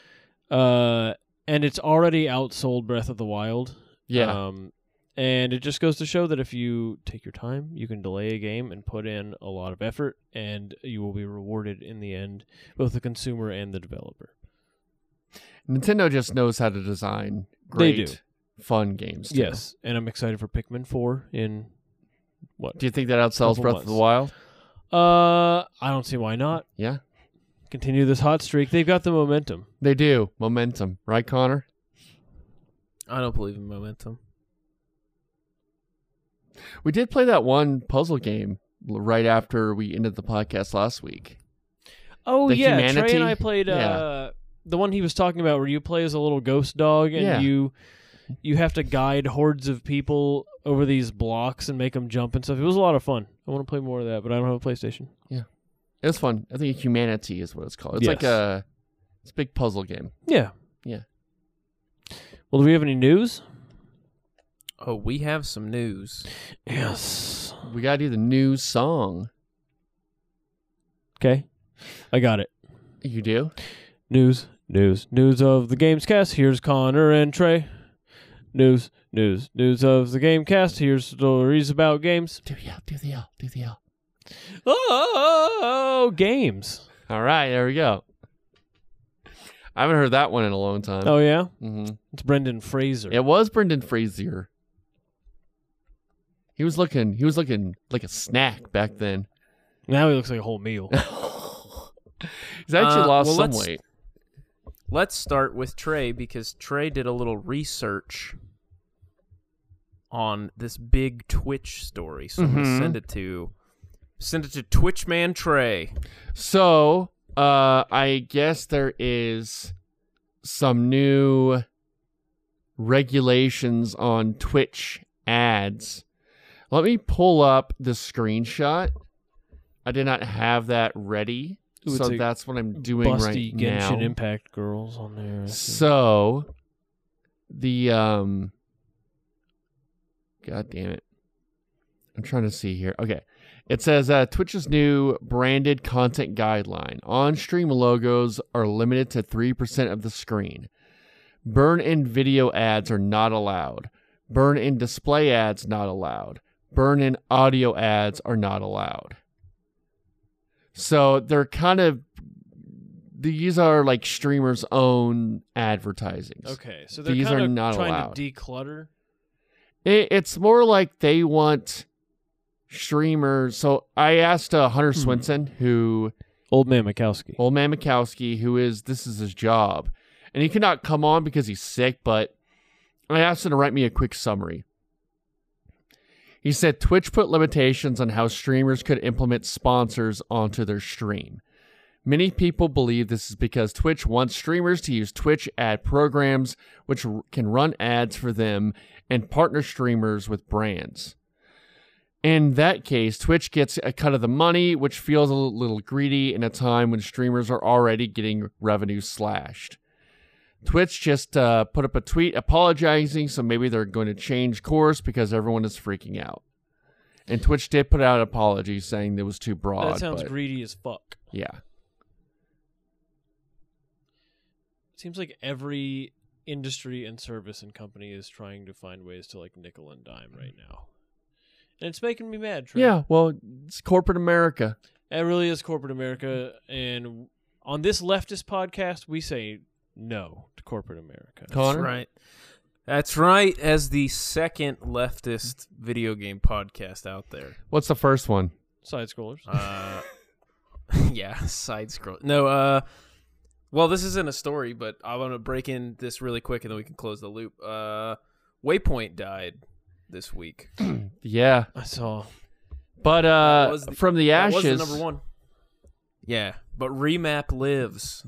A: Uh, and it's already outsold Breath of the Wild.
C: yeah
A: Um, and it just goes to show that if you take your time, you can delay a game and put in a lot of effort, and you will be rewarded in the end, both the consumer and the developer.
C: nintendo just knows how to design
A: They
C: great
A: do.
C: fun games too.
A: Yes, and I'm excited for Pikmin 4 in what?
C: do you think that outsells
A: Couple
C: breath of the
A: months.
C: wild
A: Uh, I don't see why not.
C: yeah
A: Continue this hot streak. They've got the momentum.
C: they do momentum right connor
D: I don't believe in momentum.
C: we did play that one puzzle game l- right after we ended the podcast last week
A: Oh
C: The
A: yeah, Trey
C: humanity?
A: and I played uh,
C: Yeah.
A: the one he was talking about, where you play as a little ghost dog and
C: Yeah.
A: you you have to guide hordes of people over these blocks and make them jump and stuff. It was a lot of fun. I want to play more of that, but I don't have a PlayStation.
C: It was fun. I think Humanity is what it's called. It's like
A: Yes.
C: a it's a big puzzle game.
A: Yeah,
C: Yeah.
A: Well, do we have any news?
D: Oh, we have some news.
A: Yes.
C: We gotta do the new song.
A: Okay, I got it.
C: You do?
A: News, news, news of the Gamescast. Here's Connor and Trey. News, news, news of the Gamecast. Here's stories about games.
C: Do the L, do the L, do the L.
A: Oh, games.
C: All right, there we go. I haven't heard that one in a long time.
A: Oh yeah,
C: Mhm.
A: it's Brendan Fraser.
C: It was Brendan Fraser. He was looking. He was looking like a snack back then. <laughs>
A: Now he looks like a whole meal.
C: He's actually
D: Uh,
C: lost
D: well,
C: some
D: let's-
C: weight.
D: Let's start with Trey because Trey did a little research on this big Twitch story. So I'm
C: Mhm.
A: Mm-hmm.
D: gonna send it to send it to Twitch man Trey.
C: So, uh, I guess there is some new regulations on Twitch ads. Let me pull up the screenshot. I did not have that ready,
A: Ooh,
C: so
A: it's a
C: that's what I'm <laughs> doing
A: Busty
C: right
A: Genshin
C: now.
A: Impact girls on there.
C: So the um God damn it. I'm trying to see here. Okay. It says uh, Twitch's new branded content guideline. On stream logos are limited to 3% of the screen. Burn in video ads are not allowed. Burn in display ads not allowed. Burn in audio ads are not allowed. So they're kind of these are like streamers' own advertisings.
A: Okay, so they're
C: These are
A: kind of
C: not
A: trying
C: allowed.
A: to declutter.
C: It, it's more like they want streamers. So I asked uh, Hunter Swinson, who
A: Old man Mikowski.
C: old man Mikowski, who is this is his job, and he could not come on because he's sick. But I asked him to write me a quick summary. He said Twitch put limitations on how streamers could implement sponsors onto their stream. Many people believe this is because Twitch wants streamers to use Twitch ad programs, which r- can run ads for them and partner streamers with brands. In that case, Twitch gets a cut of the money, which feels a li- little greedy in a time when streamers are already getting revenue slashed. Twitch just uh, put up a tweet apologizing, so maybe they're going to change course because everyone is freaking out. And Twitch did put out an apology saying it was too broad.
A: that sounds
C: but-
A: greedy as fuck.
C: Yeah.
A: seems like every industry and service and company is trying to find ways to like nickel and dime right now. And it's making me mad, Trey.
C: Yeah, well, it's corporate America.
A: It really is corporate America and on this leftist podcast we say no to corporate America.
C: Connor?
D: That's right. That's right. As the second leftist video game podcast out there.
C: What's the first one?
A: Side scrollers.
D: Uh, <laughs> yeah, side scroll. No, uh, well, this isn't a story, but I want to break in this really quick, and then we can close the loop. Uh, Waypoint died this week.
C: Yeah.
A: I saw
C: But uh
D: was the-
C: from the
D: That was
C: ashes
D: the number one. Yeah, but Remap lives.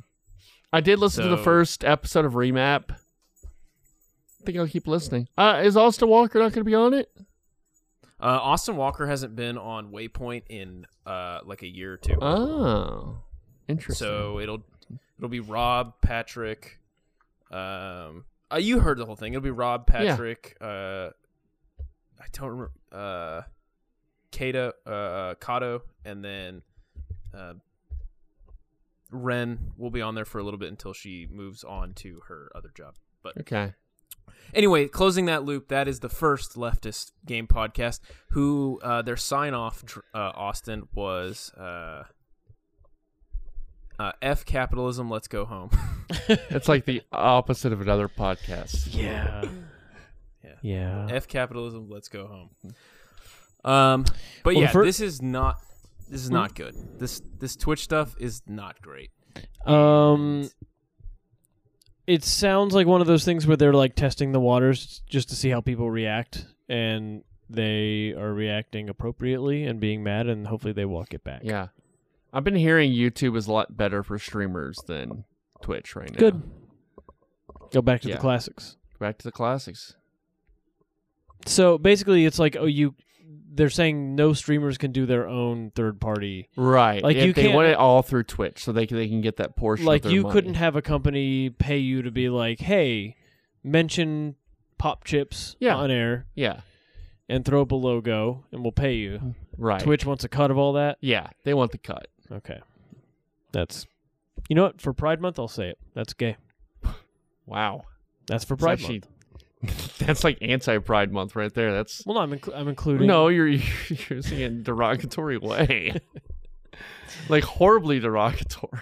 C: I did listen to the
D: So-
C: first episode of Remap. I think I'll keep listening. Uh is Austin Walker not gonna be on it?
D: Uh, Austin Walker hasn't been on Waypoint in uh, like a year or two,
C: Oh. Interesting.
D: so it'll it'll be Rob Patrick. Um, uh, you heard the whole thing. It'll be Rob Patrick. Uh, I don't remember. Uh, Kato, uh, Kato, and then uh, Ren will be on there for a little bit until she moves on to her other job. But
C: okay.
D: anyway, closing that loop, that is the first leftist game podcast who uh, their sign off, uh, Austin, was uh, uh, F capitalism, let's go home. <laughs>
C: It's like the opposite of another podcast.
A: Yeah.
D: Yeah.
A: Yeah.
D: F capitalism, let's go home. Um, but
A: Well, the
D: yeah,
A: fir-
D: this is not this is not good. This this Twitch stuff is not great.
A: Um, it sounds like one of those things where they're like testing the waters just to see how people react, and they are reacting appropriately and being mad, and hopefully they walk it back.
C: Yeah. I've been hearing YouTube is a lot better for streamers than Twitch right now.
A: good. Go back to
C: Yeah.
A: the classics.
C: Back to the classics.
A: So basically, it's like oh, you. They're saying no streamers can do their own third party.
C: Right.
A: Like,
C: If
A: you
C: they
A: can't-
C: want it all through Twitch so they can, they can get that portion of
A: Like
C: their
A: you
C: money.
A: couldn't have a company pay you to be like, hey, mention pop chips
C: Yeah.
A: on air
C: Yeah.
A: and throw up a logo, and we'll pay you.
C: Right.
A: Twitch wants a cut of all that.
C: Yeah, they want the cut.
A: Okay. That's you know what? For Pride Month, I'll say it. That's gay.
C: Wow. <laughs>
A: That's for
C: It's
A: Pride
C: actually-
A: Month.
C: That's like anti Pride Month right there. That's
A: Well, no, I'm inclu- I'm including.
C: no, you're <laughs> you're using it in a derogatory way, <laughs> like horribly <clears throat> derogatory.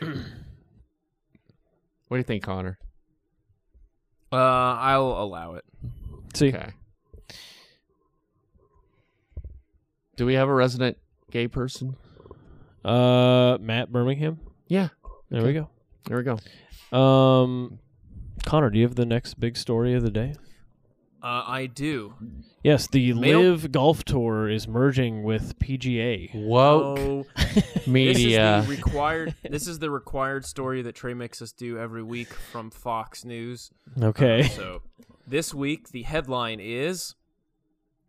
C: What do you think, Connor?
D: Uh, I'll allow it.
A: See,
C: Okay. Do we have a resident gay person?
A: uh, Matt Birmingham.
C: Yeah.
A: There we
C: There we go.
A: go. Um, Connor, do you have the next big story of the day?
D: Uh, I do.
A: Yes, the
D: Mail-
A: Live Golf Tour is merging with PGA. <laughs>
C: Woke
D: Oh,
C: media.
D: This is the required. this is the required story that Trey makes us do every week from Fox News.
A: Okay.
D: So, this week the headline is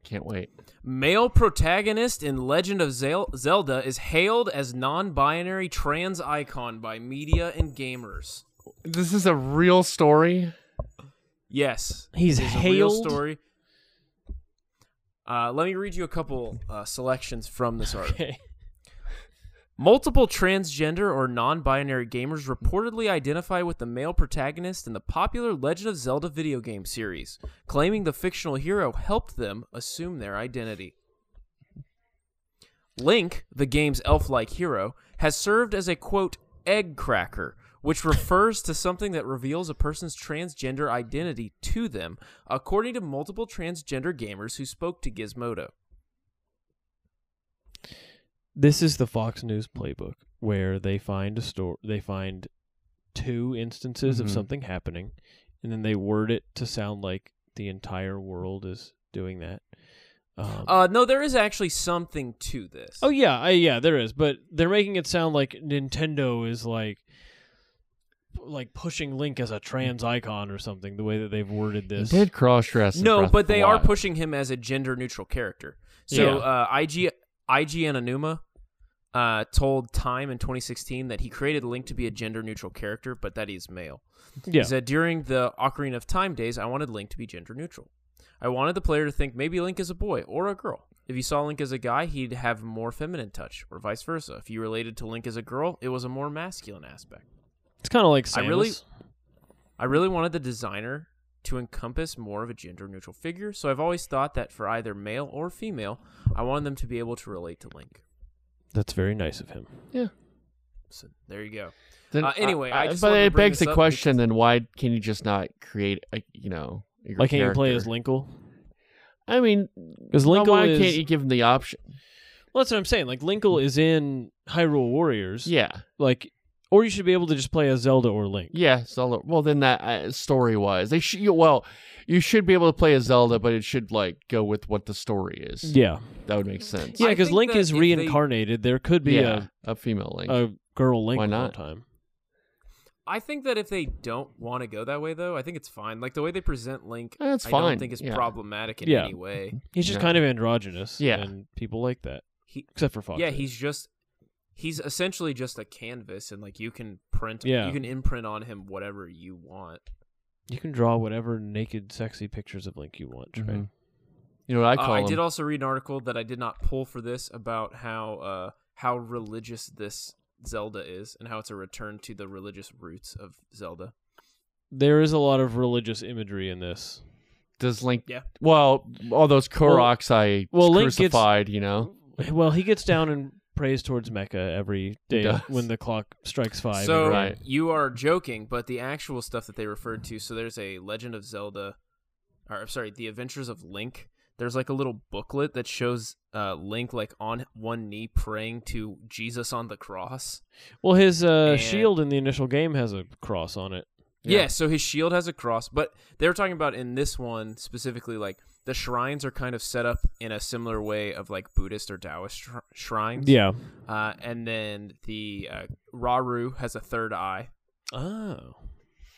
C: Can't wait.
D: Male protagonist in Legend of Zel- Zelda is hailed as non-binary trans icon by media and gamers.
C: This is a real story.
D: Yes,
A: <laughs> He's
D: it is
A: hailed?
D: A real
A: <laughs>
D: story. Uh, let me read you a couple uh, selections from this article.
A: okay.
D: Multiple transgender or non binary gamers reportedly identify with the male protagonist in the popular Legend of Zelda video game series, claiming the fictional hero helped them assume their identity. Link, the game's elf like hero, has served as a quote, egg cracker, which refers to something that reveals a person's transgender identity to them, according to multiple transgender gamers who spoke to Gizmodo.
A: This is the Fox News playbook where they find a store they find two instances
C: Mhm.
A: of something happening and then they word it to sound like the entire world is doing that. Um,
C: Oh.
D: Uh, no, there is actually something to this.
A: oh yeah, I, yeah, there is, but they're making it sound like Nintendo is like like pushing Link as a trans icon or something the way that they've worded
C: He
A: this.
C: did cross dress.
D: No, but they are pushing him as a gender neutral character. So
A: Yeah.
D: uh, IG IGN Anuma uh, told Time in 2016 that he created Link to be a gender neutral character, but that he's male.
A: yeah.
D: He said during the Ocarina of Time days, I wanted Link to be gender neutral. I wanted the player to think maybe Link is a boy or a girl. If you saw Link as a guy, he'd have more feminine touch, or vice versa. If you related to Link as a girl, it was a more masculine aspect.
A: It's kind of like
D: I
A: Samus.
D: really- I really wanted the designer to encompass more of a gender neutral figure, so I've always thought that for either male or female, I wanted them to be able to relate to Link.
A: That's very nice of him.
C: Yeah.
D: So there you go. Uh, anyway, I just
C: but
D: wanted to
C: it
D: bring
C: begs
D: this
C: the
D: up
C: question: Then why can you just not create a you know? Your
A: Why can't you play as
C: character?
A: Linkle?
C: I mean,
A: Because
C: no,
A: Linkle
C: why
A: is
C: can't you give him the option?
A: Well, that's what I'm saying. Like
C: Hmm.
A: Linkle is in Hyrule Warriors.
C: Yeah,
A: Like, or you should be able to just play as Zelda or Link.
C: yeah. Zelda. Well, then that uh, story-wise, they should. You, well, you should be able to play as Zelda, but it should like go with what the story is.
A: Yeah.
C: that would make sense.
A: Yeah,
D: I
A: because
D: think
A: Link
D: that
A: is
D: if they-
A: reincarnated. There could be uh,
C: yeah, a, female Link.
A: a, a girl Link
C: Why
A: at one
C: not?
A: time.
D: I think that if they don't want to go that way, though, I think it's fine. Like the way they present Link,
C: Eh, it's
D: I
C: fine,
D: don't think it's
C: yeah.
D: problematic in
A: Yeah.
D: any way.
A: <laughs> He's just
C: No.
A: kind of androgynous.
C: Yeah.
A: And people like that.
D: He,
A: Except for Fox.
D: yeah, he's just he's essentially just a canvas, and like you can print,
A: Yeah.
D: you can imprint on him whatever you want.
A: You can draw whatever naked, sexy pictures of Link you want, Trey.
C: Mhm. You know what I
D: Uh,
C: call
D: I
C: him?
D: did also read an article that I did not pull for this about how uh, how religious this Zelda is and how it's a return to the religious roots of Zelda.
A: There is a lot of religious imagery in this.
C: Does Link?
D: Yeah.
C: Well, all those Koroks I
A: well, Link gets-
C: crucified. you know.
A: <laughs> Well, he gets down and prays towards Mecca every
C: He
A: day
C: does.
A: when the clock strikes five.
D: so
A: every-
C: Right.
D: you are joking, but the actual stuff that they referred to. So there's a Legend of Zelda, or I'm sorry, The Adventures of Link. There's like a little booklet that shows uh, Link like on one knee praying to Jesus on the cross.
A: well, his uh,
D: And-
A: shield in the initial game has a cross on it.
D: Yeah.
C: Yeah.
D: so his shield has a cross, but they were talking about in this one specifically, like the shrines are kind of set up in a similar way of like Buddhist or Taoist shr- shrines.
A: Yeah.
D: Uh, and then the uh, Raru has a third eye
A: Oh.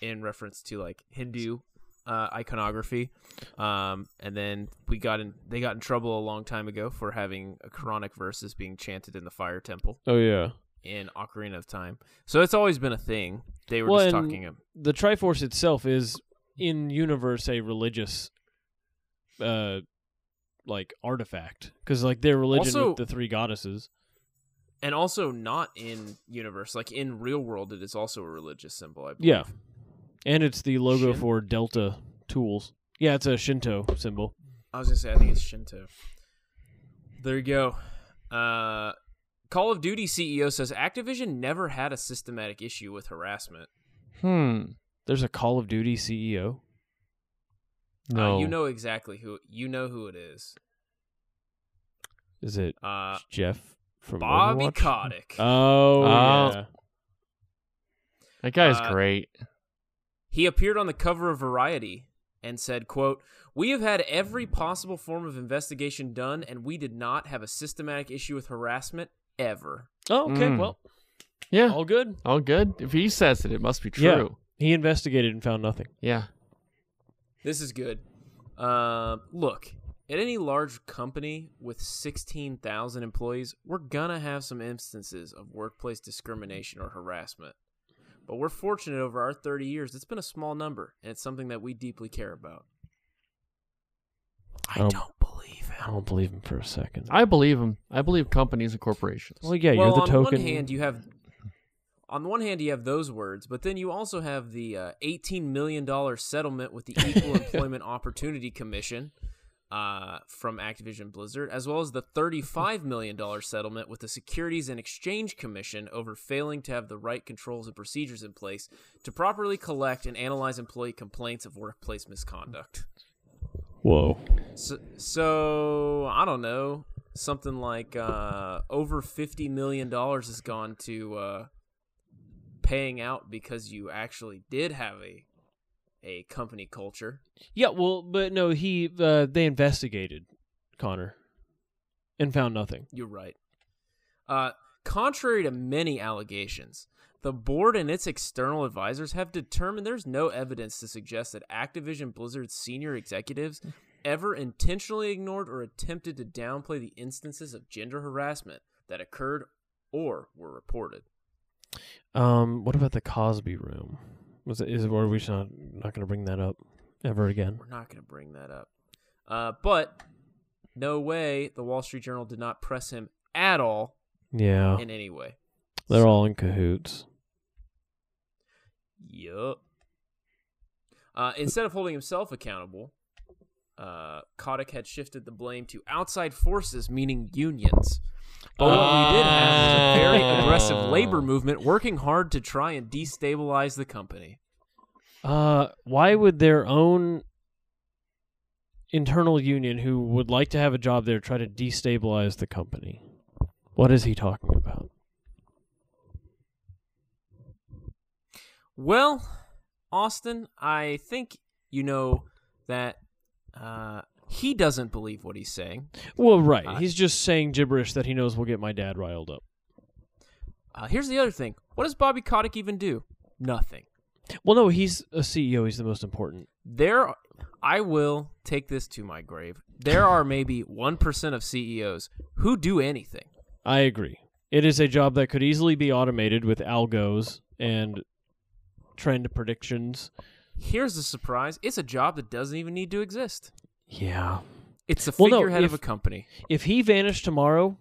D: in reference to like Hindu uh, iconography. Um, and then we got in, they got in trouble a long time ago for having a Quranic verses being chanted in the fire temple
A: Oh yeah.
D: in Ocarina of Time. So it's always been a thing. They were
A: Well,
D: just
A: and-
D: talking.
A: The Triforce itself is in universe a religious uh like artifact cuz like their religion
D: Also-
A: with the three goddesses.
D: and also not in universe like in real world it is also a religious symbol I believe.
A: Yeah. And it's the logo
D: Shin-
A: for Delta Tools. Yeah, it's a Shinto symbol.
D: I was gonna say I think it's Shinto. There you go. Uh, Call of Duty CEO says Activision never had a systematic issue with harassment.
C: Hmm.
A: There's a Call of Duty E CEO.
C: No.
D: Uh, you know exactly who you know who it is.
A: Is it
D: Uh,
A: Jeff from
D: Bobby
A: Overwatch?
D: Kotick.
A: Oh,
C: Oh.
A: yeah.
C: that guy's
D: uh,
C: great.
D: He appeared on the cover of Variety and said, quote, We have had every possible form of investigation done, and we did not have a systematic issue with harassment ever.
A: Oh, okay.
C: Mm.
A: Well,
C: Yeah.
A: all good.
C: All good. If he says it, it must be
A: Yeah.
C: true.
A: He investigated and found nothing.
C: Yeah.
D: This is good. Um, look, at any large company with 16,000 employees, we're going to have some instances of workplace discrimination or harassment. But we're fortunate over our 30 years, it's been a small number, and it's something that we deeply care about. I
A: Um,
D: don't believe
A: I
D: him.
A: don't believe him for a second.
C: I believe him. I believe companies and corporations.
A: well, yeah,
D: well,
A: you're the
D: on
A: token.
D: one hand, you have on one hand you have those words, but then you also have the uh, eighteen million dollar settlement with the
A: <laughs>
D: Equal Employment Opportunity Commission uh, from Activision Blizzard, as well as the thirty five million dollar settlement with the Securities and Exchange Commission over failing to have the right controls and procedures in place to properly collect and analyze employee complaints of workplace misconduct.
A: Whoa.
D: So, so I don't know. Something like uh, over fifty million dollars has gone to uh, paying out because you actually did have a a company culture.
A: Yeah, well, but no, he uh, they investigated Connor and found nothing.
D: You're right. Uh, contrary to many allegations, the board and its external advisors have determined there's no evidence to suggest that Activision Blizzard's senior executives ever intentionally ignored or attempted to downplay the instances of gender harassment that occurred or were reported.
A: Um, what about the Cosby room? Was it, is where we should not not going to bring that up ever again?
D: We're not going to bring that up. Uh, but no way the Wall Street Journal did not press him at all
A: Yeah,
D: in any way.
A: they're all in cahoots.
D: Yup. Uh, instead of holding himself accountable, uh, Kotick had shifted the blame to outside forces, meaning unions. But what we did have was a very aggressive labor movement working hard to try and destabilize the company.
A: Uh, why would their own internal union, who would like to have a job there, try to destabilize the company? What is he talking about?
D: Well, Austin, I think you know that uh, he doesn't believe what he's saying.
A: Well, right,
D: I-
A: he's just saying gibberish that he knows will get my dad riled up.
D: Uh, here's the other thing what does Bobby Kotick even do? Nothing.
A: Well, no, he's a CEO. He's the most important.
D: there I will take this to my grave. There are maybe 1% of CEOs who do anything.
A: I agree. It is a job that could easily be automated with algos and trend predictions.
D: Here's the surprise. It's a job that doesn't even need to exist.
A: Yeah.
D: It's the
A: Well, no,
D: figurehead of a
A: if-
D: company.
A: If he vanished tomorrow,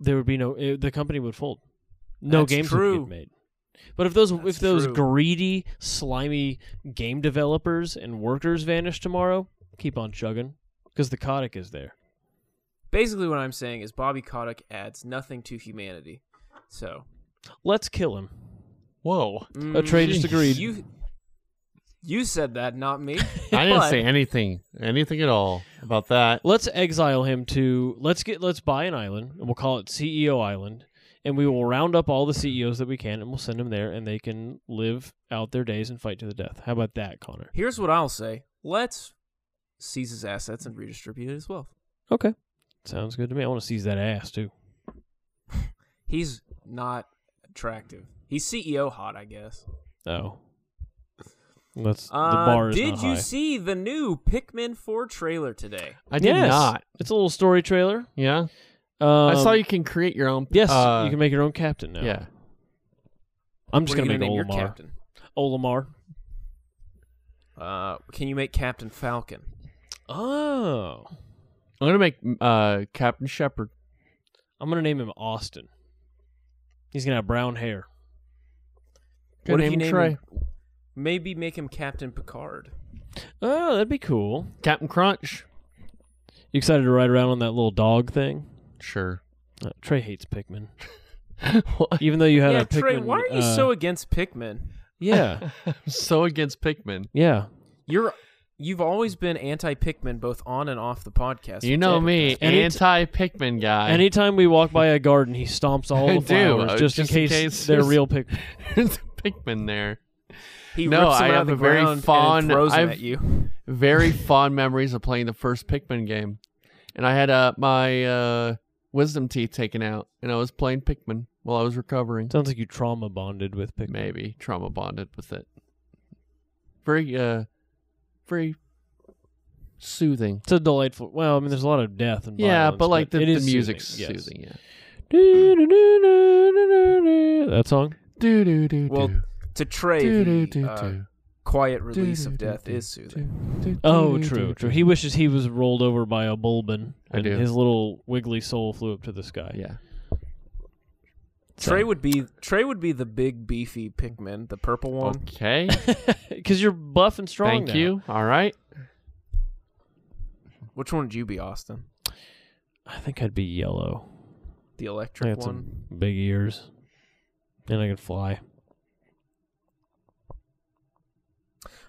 A: there would be no eh, the company would fold. No
D: That's
A: games would
D: true.
A: get made. But if those
D: That's
A: if those
D: true.
A: greedy, slimy game developers and workers vanish tomorrow, keep on chugging because the Kotick is there.
D: Basically what I'm saying is Bobby Kotick adds nothing to humanity. So,
A: Let's kill him.
C: Whoa.
A: A trade just
D: mm, <laughs>
A: agreed.
D: You You said that, not
A: <laughs>
D: me.
C: I didn't
D: But-
C: say anything, anything at all about that.
A: Let's exile him to let's get let's buy an island and we'll call it CEO Island and we will round up all the CEOs that we can and we'll send them there and they can live out their days and fight to the death. How about that, Connor?
D: Here's what I'll say. Let's seize his assets and redistribute his wealth.
A: Okay. Sounds good to me. I want to seize that ass too.
D: He's not attractive. He's CEO hot, I guess.
A: Oh. That's
D: Uh,
A: the bar is
D: did
A: not
D: you
A: high.
D: see the new Pikmin 4 trailer today?
C: I did
A: Yes.
C: not.
A: It's a little story trailer.
C: Yeah.
A: Um,
C: I saw you can create your own.
A: Yes,
C: uh,
A: you can make your own captain now.
C: Yeah.
A: I'm just
D: What are
A: gonna
D: you
A: make
D: name your
A: Olimar.
D: captain.
A: Olimar.
D: Uh, can you make Captain Falcon?
A: Oh.
C: I'm gonna make uh, Captain Shepard.
A: I'm gonna name him Austin. He's gonna have brown hair.
C: Good
D: what if
C: name,
D: you name
C: Trey.
D: him- Maybe make him Captain Picard.
A: Oh, that'd be cool.
C: Captain Crunch.
A: You excited to ride around on that little dog thing?
C: Sure.
A: Uh, Trey hates Pikmin,
C: What?
A: even though you had
D: yeah,
A: a Pikmin.
D: Trey, why are you
A: uh,
D: so against Pikmin?
A: Yeah,
C: I'm so against Pikmin.
A: yeah.
D: You're you've always been anti Pikmin both on and off the podcast.
C: You know
D: which I-
C: me,
A: Any t-
C: anti Pikmin guy.
A: Anytime we walk by a garden, he stomps all
C: I
A: the
C: do,
A: flowers
C: uh,
A: just, in
C: just in
A: case,
C: case
A: they're
C: there's-
A: real Pikmin.
C: There's a <laughs> Pikmin there.
D: He
C: No,
D: rips them out
C: I
D: of
C: have
D: the
C: a very
D: ground and then
C: fond-
D: throws them
C: I've-
D: at you.
C: Very fond memories of playing the first Pikmin game, and I had uh, my uh, wisdom teeth taken out, and I was playing Pikmin while I was recovering.
A: Sounds like you trauma bonded with Pikmin.
C: Maybe trauma bonded with it. Very, uh, very soothing.
A: It's a delightful. Well, I mean, there's a lot of death and
C: yeah,
A: violence,
C: but like the,
A: it
C: the
A: is
C: music's
A: yes.
C: soothing. Yeah.
A: That song.
C: Do do do
D: Well,
C: <laughs> do.
D: To Trey,
C: Do do
D: the,
C: do
D: uh,
C: do.
D: quiet release of
C: Do, do,
D: death
C: do,
D: is
C: do,
D: soothing.
C: do, do,
A: Oh,
C: do,
A: true,
C: do,
A: true.
C: do.
A: He wishes he was rolled over by a Bulbin,
C: I
A: and
C: do.
A: his little wiggly soul flew up to the sky.
C: Yeah.
D: Trey would be Trey would be the big beefy Pikmin, the purple one.
C: Okay.
A: because you're buff and strong.
C: Thank
A: now.
C: you. All right.
D: Which one would you be, Austin?
A: I think I'd be yellow.
D: The
A: I
D: electric
A: got
D: one.
A: some big ears, and I can fly.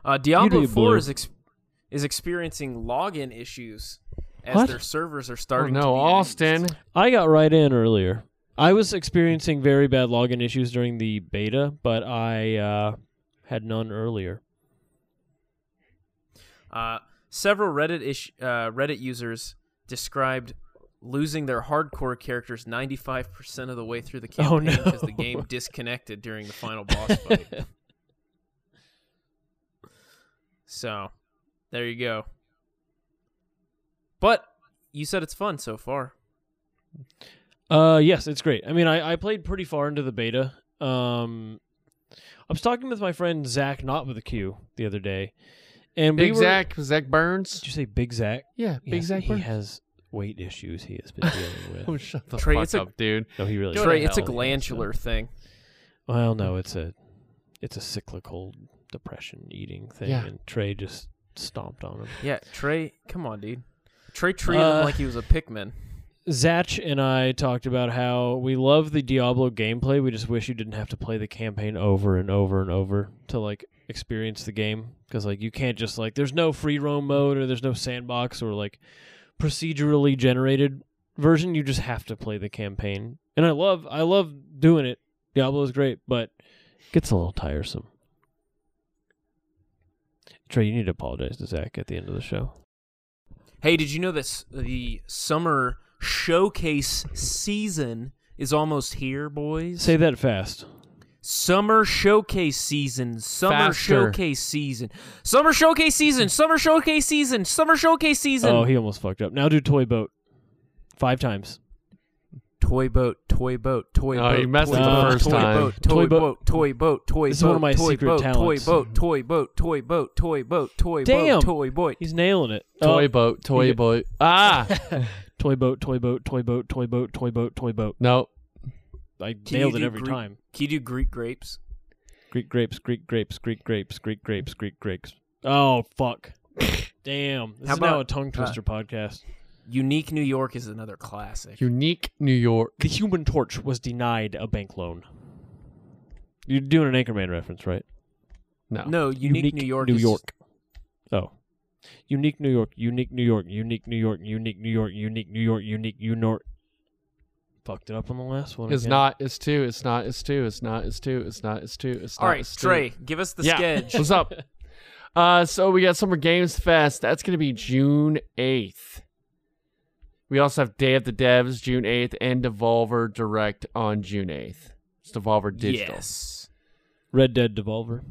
D: Uh, Diablo
A: You'd be blue.
D: Four is ex- is experiencing login issues as
A: What?
D: their servers are
C: Oh,
D: starting. to
C: no,
D: be
C: Austin.
D: used.
A: I got right in earlier. I was experiencing very bad login issues during the beta, but I uh, had none earlier.
D: Uh, several Reddit ish, uh, Reddit users described losing their hardcore characters 95% of the way through the
A: Oh,
D: campaign because
A: no.
D: the
A: <laughs>
D: game disconnected during the final boss fight. so, there you go. But you said it's fun so far.
A: Uh, yes, it's great. I mean, I, I played pretty far into the beta. Um, I was talking with my friend Zach, not with a Q, the other day, and we
C: Big
A: were-
C: Zach. Zach Burns.
A: Did you say Big Zach?
C: Yeah, Big
A: Yeah,
C: Zach
A: He
C: Burns.
A: has weight issues. He has been dealing
C: <laughs> oh,
A: with.
C: shut the
D: Trey,
C: fuck
D: it's a-
C: up, dude.
A: No, he really.
C: Go to
D: Trey, it's a
C: hell.
D: glandular thing.
A: Well, no, it's a, it's a cyclical depression eating thing,
C: Yeah.
A: and Trey just stomped on him.
D: Yeah, Trey, come on, dude. Trey treated
A: Uh,
D: him like he was a Pikmin.
A: Zach and I talked about how we love the Diablo gameplay. We just wish you didn't have to play the campaign over and over and over to like experience the game because like you can't just like there's no free roam mode or there's no sandbox or like procedurally generated version. You just have to play the campaign, and I love I love doing it. Diablo is great, but gets a little tiresome. Trey, you need to apologize to Zach at the end of the show.
D: Hey, did you know that s- the summer showcase season is almost here, boys?
A: Say that fast.
D: Summer showcase season. Summer
C: Faster.
D: showcase season. Summer showcase season. Summer showcase season. Summer showcase season.
A: Oh, he almost fucked up. Now do toy boat five times.
D: Toy boat. Toy boat. Toy
C: Oh,
D: boat.
C: you messed
D: toy
A: it the
D: boat,
A: first
D: toy
C: time.
D: Boat,
A: Toy
D: toy
A: boat-
D: boat. Toy boat. Toy
A: This is
D: boat.
A: one of my
D: toy
A: secret
D: boat,
A: talents.
D: Toy boat. Toy boat. Toy boat. Toy boat. Toy
A: Damn.
D: boat. Toy boat.
A: He's nailing it.
C: Toy
A: Oh,
C: boat. Toy
A: you-
D: <laughs>
C: boat. Ah.
A: toy boat, toy boat, toy boat, toy boat, toy boat, toy boat.
C: <laughs> no.
A: I
D: Can
A: nailed
D: you
A: it
D: do
A: every
D: Greek-
A: time.
D: Can you do Greek grapes?
A: Greek grapes, Greek grapes, Greek grapes, Greek grapes, Greek grapes. Oh <laughs> fuck. Damn. This
D: How
A: is now
D: about- uh,
A: a tongue twister podcast.
D: Unique New York is another classic.
C: Unique New York.
A: The human torch was denied a bank loan. You're doing an anchorman reference, right?
C: No.
D: No, unique, New York.
A: New
D: is just-
A: York. Oh. Unique New York, unique New York, unique New York, unique New York, unique New York, unique New York. Fucked it up on the last one.
C: It's
A: again.
C: not. It's two. It's not. It's two. It's not. It's two. It's not. It's two. It's not.
D: All right,
C: it's two.
D: Trey, give us the
C: yeah. <laughs>
D: sketch. <laughs>
C: What's up? Uh, so we got Summer Games Fest. That's gonna be June eighth. We also have Day of the Devs June eighth and Devolver Direct on June eighth. It's Devolver Digital.
D: Yes.
A: Red Dead Devolver.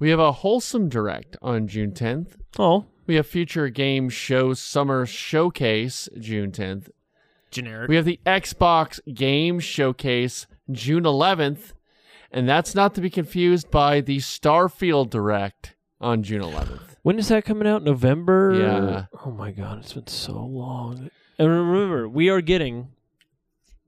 C: We have a Wholesome Direct on June tenth.
A: Oh,
C: We have Future Game Show Summer Showcase June tenth.
D: Generic.
C: We have the Xbox Game Showcase June 11th, and that's not to be confused by the Starfield Direct on June 11th.
A: when is that coming out? November.
C: Yeah.
A: Oh my god, it's been so long. And remember, we are getting.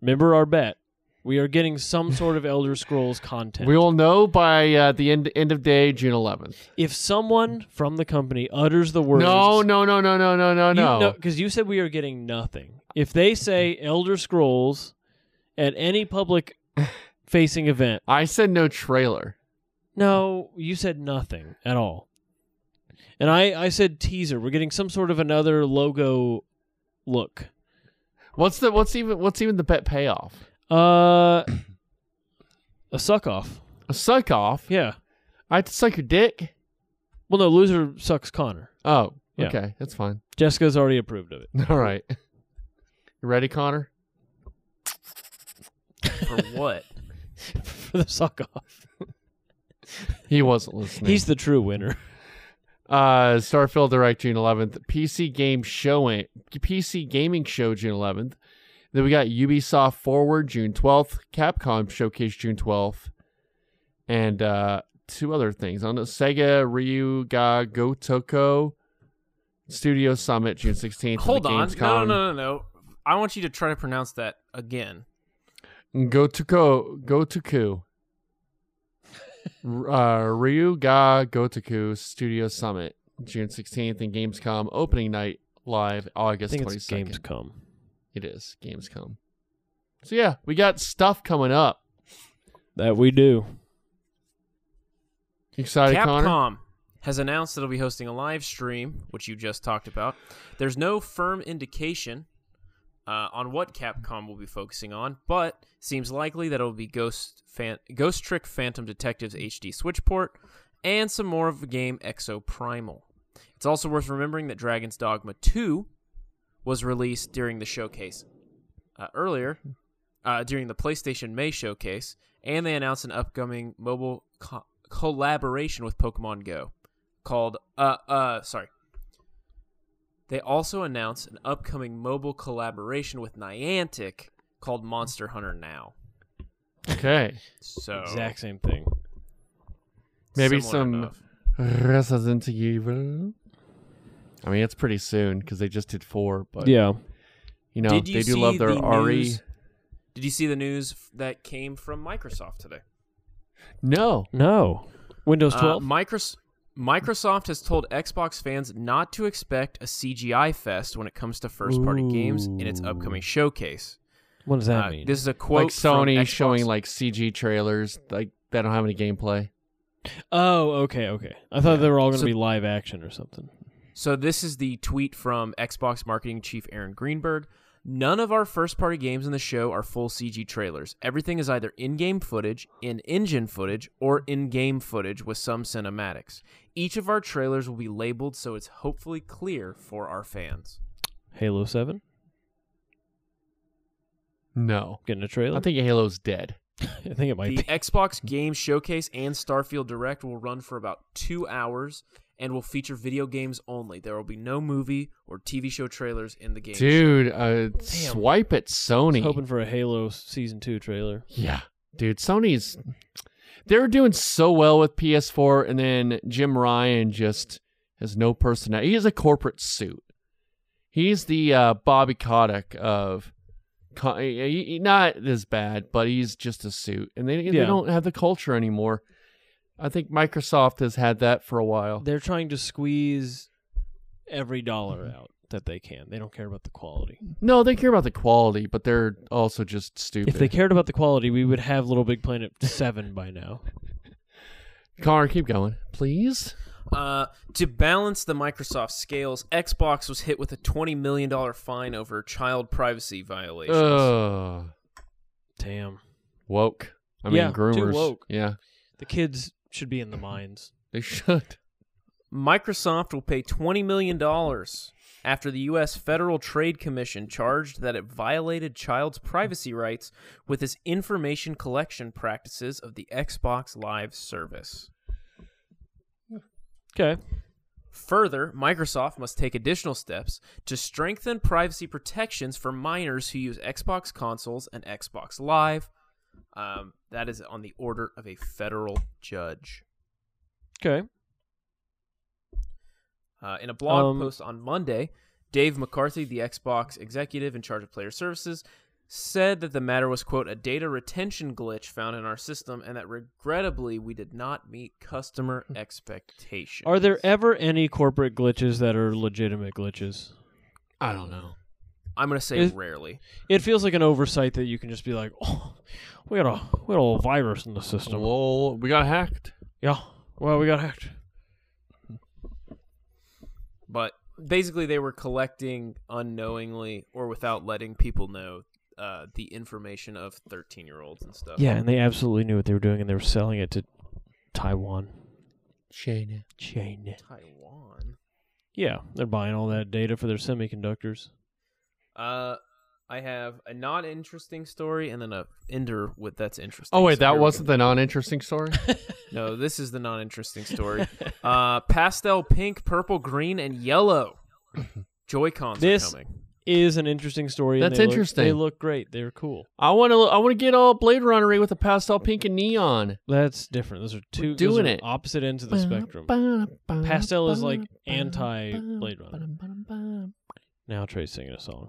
A: Remember our bet. We are getting some sort of Elder Scrolls content.
C: We'll know by uh, the end end of day, June 11th.
A: if someone from the company utters the words,
C: No, no, no, no, no, no, no, Oh, no.
A: because you said we are getting nothing. If they say Elder Scrolls at any public <laughs> facing event,
C: I said no trailer.
A: no, you said nothing at all. And I, I said teaser. We're getting some sort of another logo look.
C: What's the what's even what's even the bet payoff?
A: <coughs> Uh, a suck off.
C: A suck off.
A: Yeah.
C: I have to suck your dick.
A: Well, no, loser sucks Connor.
C: Oh,
A: Yeah.
C: okay, that's fine. <laughs>
A: Jessica's already approved of it.
C: All right. You ready, Connor?
D: For
C: <laughs>
D: what?
A: <laughs> For the suck off.
C: He wasn't listening.
A: He's the true winner.
C: uh, Starfield Direct June 11th. PC game showing PC gaming show June 11th. Then we got Ubisoft Forward June 12th. Capcom Showcase June 12th, and uh, two other things on the Sega Ryu Ga Gotoko Studio Summit June 16th.
D: Hold
C: and the
D: on.
C: Gamescom.
D: No, no, no, no. I want you to try to pronounce that again.
C: Gotoku Gotoku. R- uh, Ryuga Gotoku Studio Summit, June 16th, and Gamescom opening night live
A: I
C: August
A: think it's
C: 22nd.
A: games come.
C: It is Gamescom. So yeah, we got stuff coming up.
A: That we do.
C: You excited,
D: Capcom
C: Connor?
D: has announced that it'll be hosting a live stream, which you just talked about. There's no firm indication uh, on what Capcom will be focusing on, but seems likely that it'll be Ghost Fan- Ghost Trick Phantom Detectives HD Switch port and some more of the game Exo Primal. It's also worth remembering that Dragon's Dogma 2 was released during the showcase uh, earlier uh, during the PlayStation May showcase, and they announced an upcoming mobile co- collaboration with Pokemon Go called uh uh sorry. They also announced an upcoming mobile collaboration with Niantic called Monster Hunter Now.
C: Okay.
D: So
A: Exact same thing.
C: Maybe
D: similar
C: some-
D: enough.
C: Resident Evil. I mean, it's pretty soon because they just did four, but
A: Yeah.
C: you know
D: Did you
C: they do
D: see
C: love their E.
D: the
C: RE.
D: news- Did you see the news f- that came from Microsoft today?
C: No,
A: No. Windows
D: Uh,
A: 12.
D: Micros- Microsoft has told Xbox fans not to expect a CGI fest when it comes to first-party games in its upcoming showcase.
A: what does that
D: Uh,
A: mean?
D: this is a quote
C: like
D: from
C: Sony
D: Xbox-
C: showing like CG trailers, like they don't have any gameplay.
A: oh, okay, okay. I thought they were all going to
D: So-
A: be live action or something.
D: So this is the tweet from Xbox marketing chief Aaron Greenberg. None of our first-party games in the show are full CG trailers. Everything is either in-game footage, in-engine footage, or in-game footage with some cinematics. Each of our trailers will be labeled so it's hopefully clear for our fans.
A: Halo 7
C: No,
A: getting a trailer.
C: I think Halo's dead.
A: <laughs> I think it might
D: The
A: be.
D: Xbox Game Showcase and Starfield Direct will run for about two hours and will feature video games only. There will be no movie or TV show trailers in the game.
C: Dude, uh, swipe at
A: I
C: Sony.
A: was hoping for a Halo season 2 trailer.
C: yeah, dude, Sony's they were doing so well with PS4, and then Jim Ryan just has no personality. He is a corporate suit. He's the uh, Bobby Kotick of. co- he- he- Not as bad, but he's just a suit, and they they
A: Yeah.
C: don't have the culture anymore. I think Microsoft has had that for a
D: Oh.
C: while.
A: They're trying to squeeze every
D: Mm-hmm.
A: dollar out that they can. They don't care about the quality.
C: No, they care about the quality, but they're also just stupid.
A: If they cared about the quality, we would have Little Big Planet 7 by now.
C: Connor, keep going, please.
D: Uh, to balance the Microsoft scales, Xbox was hit with a $20 million fine over child privacy violations.
C: Ugh.
A: Damn.
C: Uh, woke. I mean,
A: Yeah, too
C: groomers.
A: woke.
C: Yeah,
A: The kids should be in the mines.
C: they should.
D: Microsoft will pay $20 million after the U.S. Federal Trade Commission charged that it violated child's privacy rights with its information collection practices of the Xbox Live service.
A: Okay.
D: Further, Microsoft must take additional steps to strengthen privacy protections for minors who use Xbox consoles and Xbox Live. Um, that is on the order of a federal judge.
A: Okay.
D: Uh, in a blog
A: Um,
D: post on Monday, Dave McCarthy, the Xbox executive in charge of player services, said that the matter was quote a data retention glitch found in our system and that regrettably we did not meet
A: <laughs>
D: customer expectations.
A: Are there ever any corporate glitches that are legitimate glitches?
C: I don't know.
D: I'm gonna say
A: Is-
D: rarely.
A: It feels like an oversight that you can just be like, <laughs> oh, we had a we had a little virus in the system.
C: Well, we got hacked.
A: Yeah. Well, we got hacked.
D: But basically, they were collecting unknowingly or without letting people know uh, the information of 13 year olds and stuff.
A: Yeah, and they absolutely knew what they were doing, and they were selling it to Taiwan.
C: Shane.
A: China.
D: Taiwan.
A: Yeah, they're buying all that data for their semiconductors.
D: Uh, I have a not interesting story and then a ender with that's interesting.
C: Oh wait,
D: So here
C: that
D: we
C: wasn't the non-interesting story.
D: go. no. This is the non interesting
C: <laughs>
D: story. uh, pastel pink, purple, green, and
C: <coughs>
D: yellow. Joy cons are
A: This-
D: coming.
A: Is an interesting story. and
C: That's
A: they look-
C: interesting.
A: they look great. They're cool.
C: <laughs> I want to. I want to get all Blade Runnery with a pastel pink and neon.
A: That's different. Those are two those
C: doing
A: are
C: it.
A: opposite ends of the spectrum. Pastel is like anti Blade Runner. Now Trey's singing a song.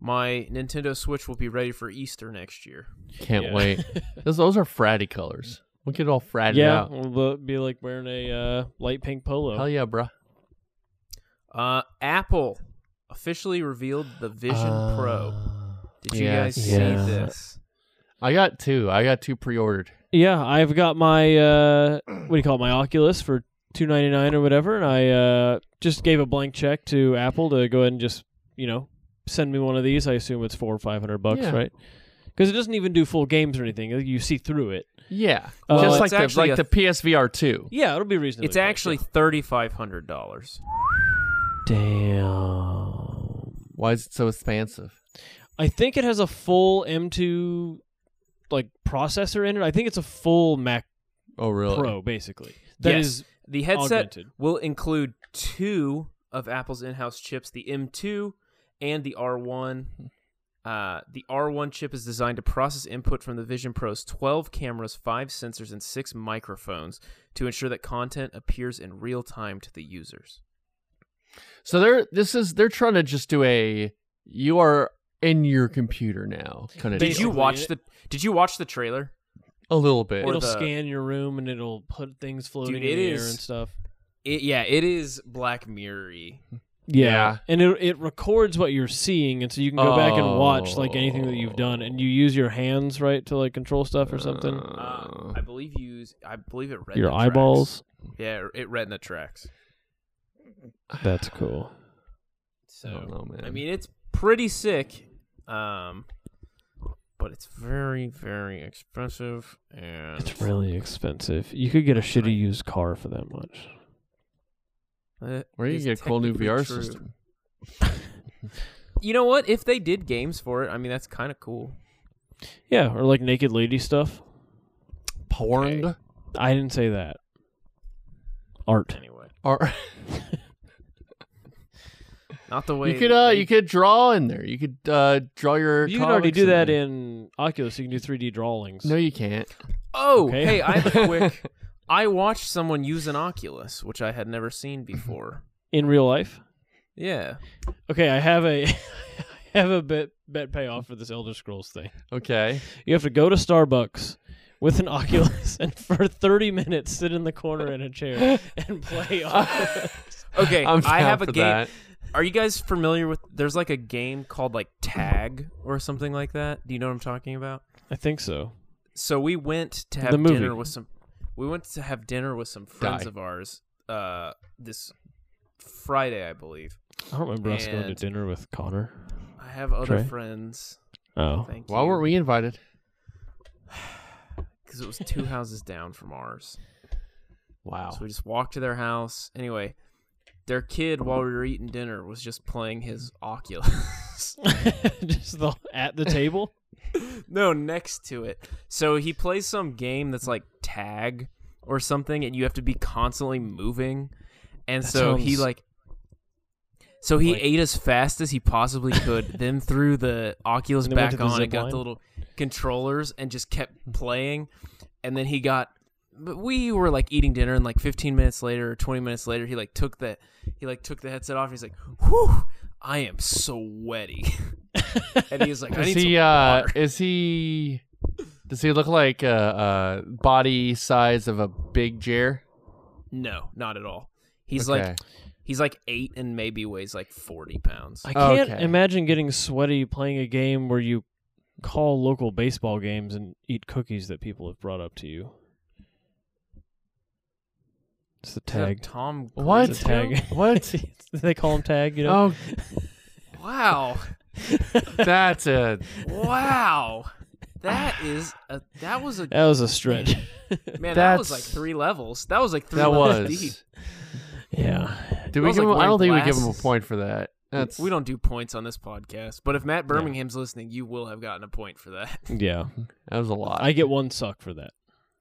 D: My Nintendo Switch will be ready for Easter next year.
C: Can't
A: Yeah.
C: wait. Those, those are fratty colors. We'll get it all fratted
A: yeah,
C: out.
A: we'll be like wearing a uh, light pink polo.
C: Hell yeah, bruh.
D: Uh, Apple officially revealed the Vision Pro.
C: Uh,
D: Did you
C: Yes.
D: guys
A: Yeah.
D: see this?
C: I got two. I got two pre-ordered.
A: Yeah, I've got
D: <clears throat>
A: my uh, what do you call it? My Oculus for two ninety nine or whatever, and I uh, just gave a blank check to Apple to go ahead and just you know send me one of these. I assume it's four or five hundred bucks,
C: Yeah.
A: right? Because it doesn't even do full games or anything. You see through it.
C: Yeah,
A: Uh,
C: just
A: it's
C: like the,
D: actually
C: like
D: a-
C: the PSVR two.
A: Yeah, it'll be reasonable.
D: It's actually thirty five hundred dollars.
A: damn.
C: Why is it so expansive?
A: I think it has a full M2 like processor in it. I think it's a full Mac
C: Oh really?
A: Pro basically. That
D: Yes.
A: is
D: The headset
A: Augmented.
D: will include two of Apple's in house chips, the M two and the R one. Uh, the R1 chip is designed to process input from the Vision Pro's 12 cameras, 5 sensors, and 6 microphones to ensure that content appears in real time to the users.
C: So they're this is they're trying to just do a you are in your computer now kind of
D: Did you
A: Basically,
D: watch
A: it-
D: the Did you watch the trailer?
C: a little bit.
D: Or
A: it'll
D: the-
A: scan your room and it'll put things floating
D: Dude,
A: in
D: it
A: the air
D: is-
A: and stuff.
D: It, yeah, it is Black Mirror.
A: Yeah.
C: Yeah.
A: And it it records what you're seeing and so you can go back and watch like anything that you've done and you use your hands right to like control stuff or something.
D: Uh, I believe you. use- I believe it read
A: your
D: the tracks.
A: eyeballs.
D: Yeah, it- it retina tracks.
A: That's cool.
D: So
C: I don't know, man.
D: I mean, it's pretty sick. Um, but it's very, very expensive, and
A: It's really expensive. You could get a shitty used car for that much.
D: that
C: Where you
D: is
C: get a cool new
D: technically
C: VR
D: true.
C: system?
D: You know what? If they did games for it, I mean, that's kind of cool.
A: Yeah, or like naked lady stuff.
C: Porn
A: I didn't say that. Art.
D: Anyway,
C: or <laughs>
D: not the way
C: you could uh
D: they-
C: you could draw in there. You could uh draw your.
A: You can already
C: comics
A: do that
C: there.
A: in Oculus. You can do 3D drawings.
C: No, you can't.
D: Oh,
A: Okay.
D: hey, I have
C: <laughs>
D: a quick. I watched someone use an Oculus, which I had never seen before.
A: in real life.
D: Yeah,
A: Okay, I have a <laughs> I have a bet bet payoff for this Elder Scrolls thing.
C: Okay.
A: You have to go to Starbucks with an <laughs> Oculus and for 30 minutes sit in the corner in a chair and
D: <laughs>
A: play. Oculus.
D: Okay,
C: <laughs> I'm
D: I
C: down
D: have a
C: for
D: game.
C: that.
D: Are you guys familiar with? There's like a game called like Tag or something like that. Do you know what I'm talking about?
A: I think so.
D: So we went to have
A: The movie.
D: dinner with some. We went to have dinner with some friends
C: Die.
D: of ours. Uh, this Friday, I believe.
A: I don't remember us going to
D: And-
A: dinner with Connor.
D: I have other
A: Trey?
D: friends.
A: Oh,
D: Thank you.
C: Why weren't we invited?
D: Because it was two houses down from ours.
C: Wow.
D: So we just walked to their house. Anyway, their kid, while we were eating dinner, was just playing his Oculus.
A: <laughs> just the at the table.
D: no, next to it. So he plays some game that's like tag or something, and you have to be constantly moving. And
A: That
D: so he
A: sounds
D: like. So he
A: like-
D: ate as fast as he possibly
A: <laughs>
D: could, then threw the Oculus
A: And then went
D: back
A: to the
D: on and
A: zip
D: got
A: line.
D: the little controllers and just kept playing. And then he got but we were like eating dinner and like 15 minutes later or 20 minutes later he like took the he like took the headset off and he's like whew i am sweaty <laughs> and he's
A: <laughs>
D: like, I
C: Is
D: need
C: he?
D: some
C: Uh,
D: water.
C: is he? Does he look like uh, uh, body size of a big Jer?
D: No, not at all. He's
C: okay.
D: like he's like eight and maybe weighs like forty pounds. <laughs>
A: I can't
C: Okay.
A: imagine getting sweaty playing a game where you call local baseball games and eat cookies that people have brought up to you. It's the
D: Is that
A: tag.
D: Tom.
C: What?
A: It's a
D: Cruise <laughs>
A: tag.
D: now?
C: <laughs> what?
A: <laughs> they call him tag, you know?
C: Oh,
D: Wow! Oh.
A: <laughs>
D: <laughs>
C: that's a
D: Wow! That is a that was a
A: That was
D: <laughs>
A: a stretch.
D: man. That was like
C: that's-
D: three levels. That was like three
C: that
D: levels deep.
C: was.
A: yeah.
C: Did we
D: was
C: give
D: like
C: him? I
D: wearing
C: don't think we give him a
D: glasses.
C: point for that. That's
D: We don't do points on this podcast, but if Matt Birmingham's listening, you will have gotten a point for that. <laughs>
A: Yeah.
C: That was a lot
A: I get one suck for that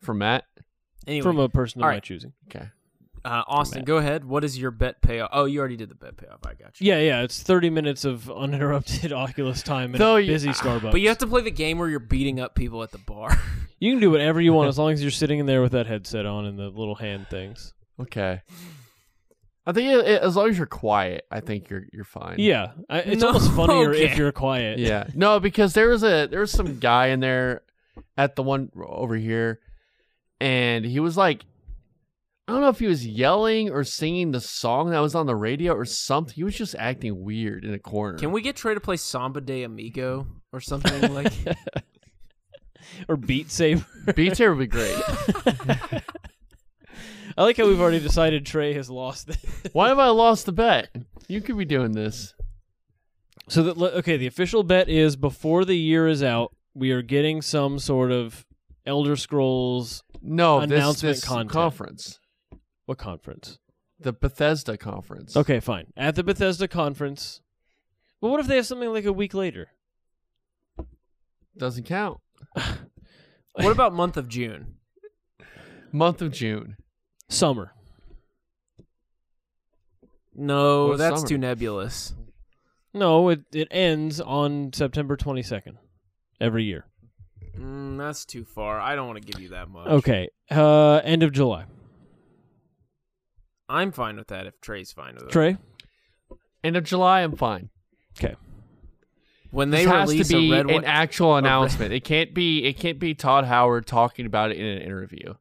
C: from Matt.
D: Anyway,
A: from a person of
D: all
A: my
D: right.
A: choosing.
C: Okay.
D: uh, Austin, go ahead. What is your bet payoff? Oh, you already did the bet payoff. I got you.
A: Yeah, yeah. It's 30 minutes of uninterrupted <laughs> Oculus time at
C: Though
A: a
C: you-
A: busy
D: <sighs>
A: Starbucks.
D: But you have to play the game where you're beating up people at the bar.
A: You can do whatever you
D: <laughs>
A: want as long as you're sitting in there with that headset on and the little hand things.
C: Okay. I think it, it- as long as you're quiet, I think you're you're fine.
A: Yeah, I, it's
D: No,
A: almost funnier if
D: okay.
A: you're quiet.
C: Yeah. No, because there was a there was some guy in there at the one over here, and he was like, I don't know if he was yelling or singing the song that was on the radio or something. He was just acting weird in a corner.
D: Can we get Trey to play Samba de Amigo or something like?
A: Or Beat Saber.
C: <laughs>
A: <laughs>
C: Beats here would be great.
A: I like how we've already decided Trey has lost. This.
C: Why have I lost the bet? You could be doing this.
A: <laughs> So that le- okay, the official bet is before the year is out, we are getting some sort of Elder Scrolls.
C: No, this,
A: Announcement
C: this
A: content.
C: conference,
A: What conference?
C: the Bethesda conference.
A: Okay, fine. At the Bethesda conference. Well, what if they have something like a week later?
C: doesn't count. <laughs>
D: what about month of June?
C: Month of June.
A: Summer.
D: No,
C: What's
D: that's
C: summer?
D: too nebulous.
A: No, it it ends on September 22nd every year.
D: Mm, that's too far. I don't want to give you that much.
A: Okay. Uh end of July.
D: I'm fine with that if Trey's fine with it.
A: Trey?
C: End of July, I'm fine.
A: Okay.
D: when
C: This
D: they
C: has
D: release
C: to be
D: a red
C: an
D: one,
C: actual <laughs> announcement. It can't be. It can't be Todd Howard talking about it in an interview.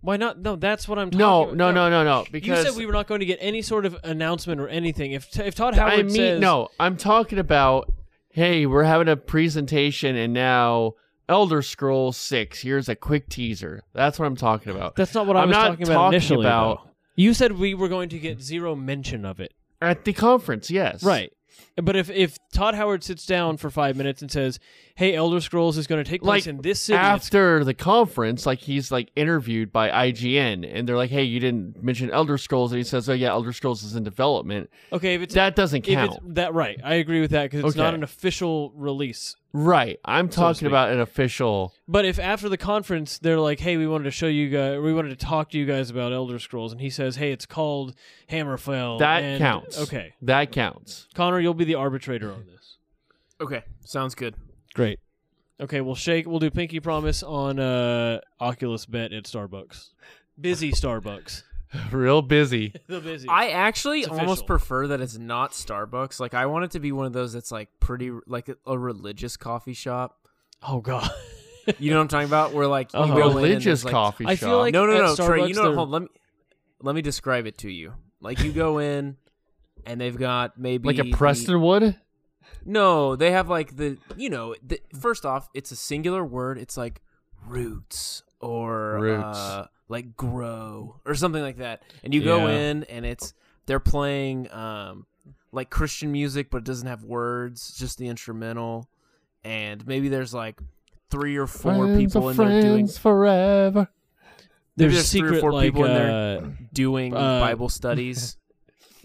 A: Why not? No, that's what I'm talking
C: No,
A: about.
C: no, no, no, no.
A: You
C: Because
A: said we were not going to get any sort of announcement or anything. If if Todd Howard
C: I mean,
A: says
C: no. I'm talking about. Hey, we're having a presentation, and now Elder Scrolls Six. Here's a quick teaser. That's what I'm talking about.
A: that's not what I
C: I'm
A: was
C: not
A: talking about
C: talking
A: initially.
C: about-
A: though. You said we were going to get zero mention of it,
C: At the conference, yes.
A: right? But if if Todd Howard sits down for five minutes and says, "Hey, Elder Scrolls is going to take place
C: Like
A: in this city," it's-
C: after the conference, like he's like interviewed by IGN, and they're like, "Hey, you didn't mention Elder Scrolls," and he says, "Oh yeah, Elder Scrolls is in development."
A: okay, if it's
C: That doesn't
A: if
C: count.
A: it's that right, I agree with that because it's not
C: Okay.
A: an official release.
C: Right. I'm talking
A: speak.
C: about an official.
A: But if after the conference they're like, "Hey, we wanted to show you guys, we wanted to talk to you guys about Elder Scrolls," and he says, "Hey, it's called Hammerfell,"
C: That
A: and-
C: counts.
A: Okay,
C: That counts.
A: Connor, you'll be the arbitrator on this.
D: okay, sounds good.
A: Great. Okay, we'll shake. We'll do pinky promise on uh, Oculus bet at Starbucks. Busy
C: <laughs>
A: Starbucks. <laughs>
C: Real busy.
A: the busy.
D: I actually
A: It's
D: almost
A: official.
D: prefer that it's not Starbucks. Like I want it to be one of those that's like pretty like a, a religious coffee shop.
A: oh god.
D: You know what I'm talking about? Where
C: <laughs>
D: like you
A: Uh-huh.
D: go in and
C: Religious
D: there's, like,
C: coffee
A: I
C: shop.
A: feel like-
D: No, no,
A: at
D: no, Trey. You
A: Starbucks,
D: know,
A: they're-
D: hold on, let me let me describe it to you. Like you go in, and they've got maybe
C: like a
D: the-
C: Prestonwood.
D: no, they have like the you know. The, first off, it's a singular word. It's like roots or
C: Roots.
D: Uh, like grow or something like that. And you go
A: Yeah.
D: in, and it's they're playing um like Christian music, but it doesn't have words, just the instrumental. And maybe there's like three or four people in there doing
C: forever.
D: Maybe
A: There's,
D: there's three or
A: secret
D: four
A: like
D: people in
A: uh,
D: there. doing
A: Uh,
D: Bible studies.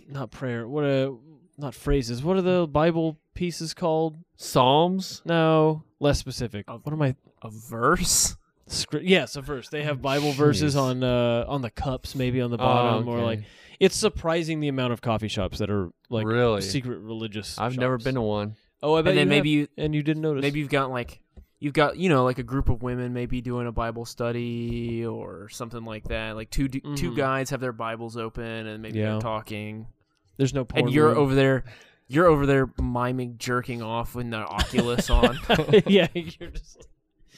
A: not prayer. What uh not phrases. What are the Bible pieces called?
C: Psalms.
A: No, less specific.
D: Of-
A: what am I?
D: a verse.
A: Scri- yes, a verse. They have
D: Oh,
A: Bible verses
C: Jeez.
A: on uh, on the cups, maybe on the bottom, or
C: okay.
A: like it's surprising the amount of coffee shops that are like
C: Really?
A: secret religious.
C: I've never
A: shops.
C: been to one.
A: Oh, I bet
D: And then
A: you
D: maybe
A: have,
D: you
A: and you didn't notice.
D: maybe you've got like you've got you know like a group of women maybe doing a Bible study or something like that. Like two du- two
A: Mhm.
D: guys have their Bibles open and maybe
A: Yeah.
D: they're talking,
A: there's no porn.
D: and you're
A: room.
D: over there You're over there miming jerking off with the Oculus
A: <laughs>
D: on. Uh,
A: yeah, you're just.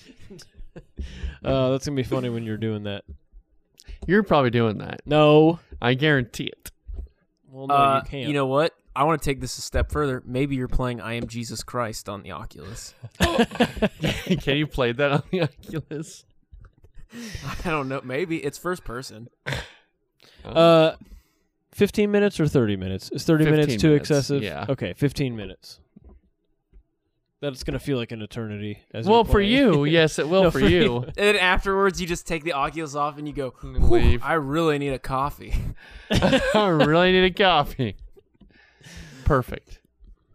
A: <laughs> uh, that's gonna be funny when you're doing that.
C: You're probably doing that.
A: No,
C: I guarantee it. <laughs>
A: well, no,
D: Uh,
A: you can't.
D: you know what? I want to take this a step further. Maybe you're playing I Am Jesus Christ on the
A: <laughs>
D: Oculus.
C: Can you play that on the <laughs> Oculus?
D: I don't know. Maybe it's first person.
A: uh, fifteen minutes or thirty minutes? Is thirty
C: 15
A: minutes too
C: minutes,
A: excessive?
C: yeah.
A: Okay, fifteen minutes. That's gonna feel like an eternity. As
C: Well,
A: you're
C: for
A: playing.
C: you, yes, it
A: <laughs>
C: will
A: No,
C: for,
A: for
C: you.
D: And then afterwards, you just take the Oculus off and you go,
C: then
D: "Whew,
C: leave.
D: I really need a coffee.
C: <laughs>
D: <laughs>
C: I really need a
A: <laughs>
C: coffee. Perfect.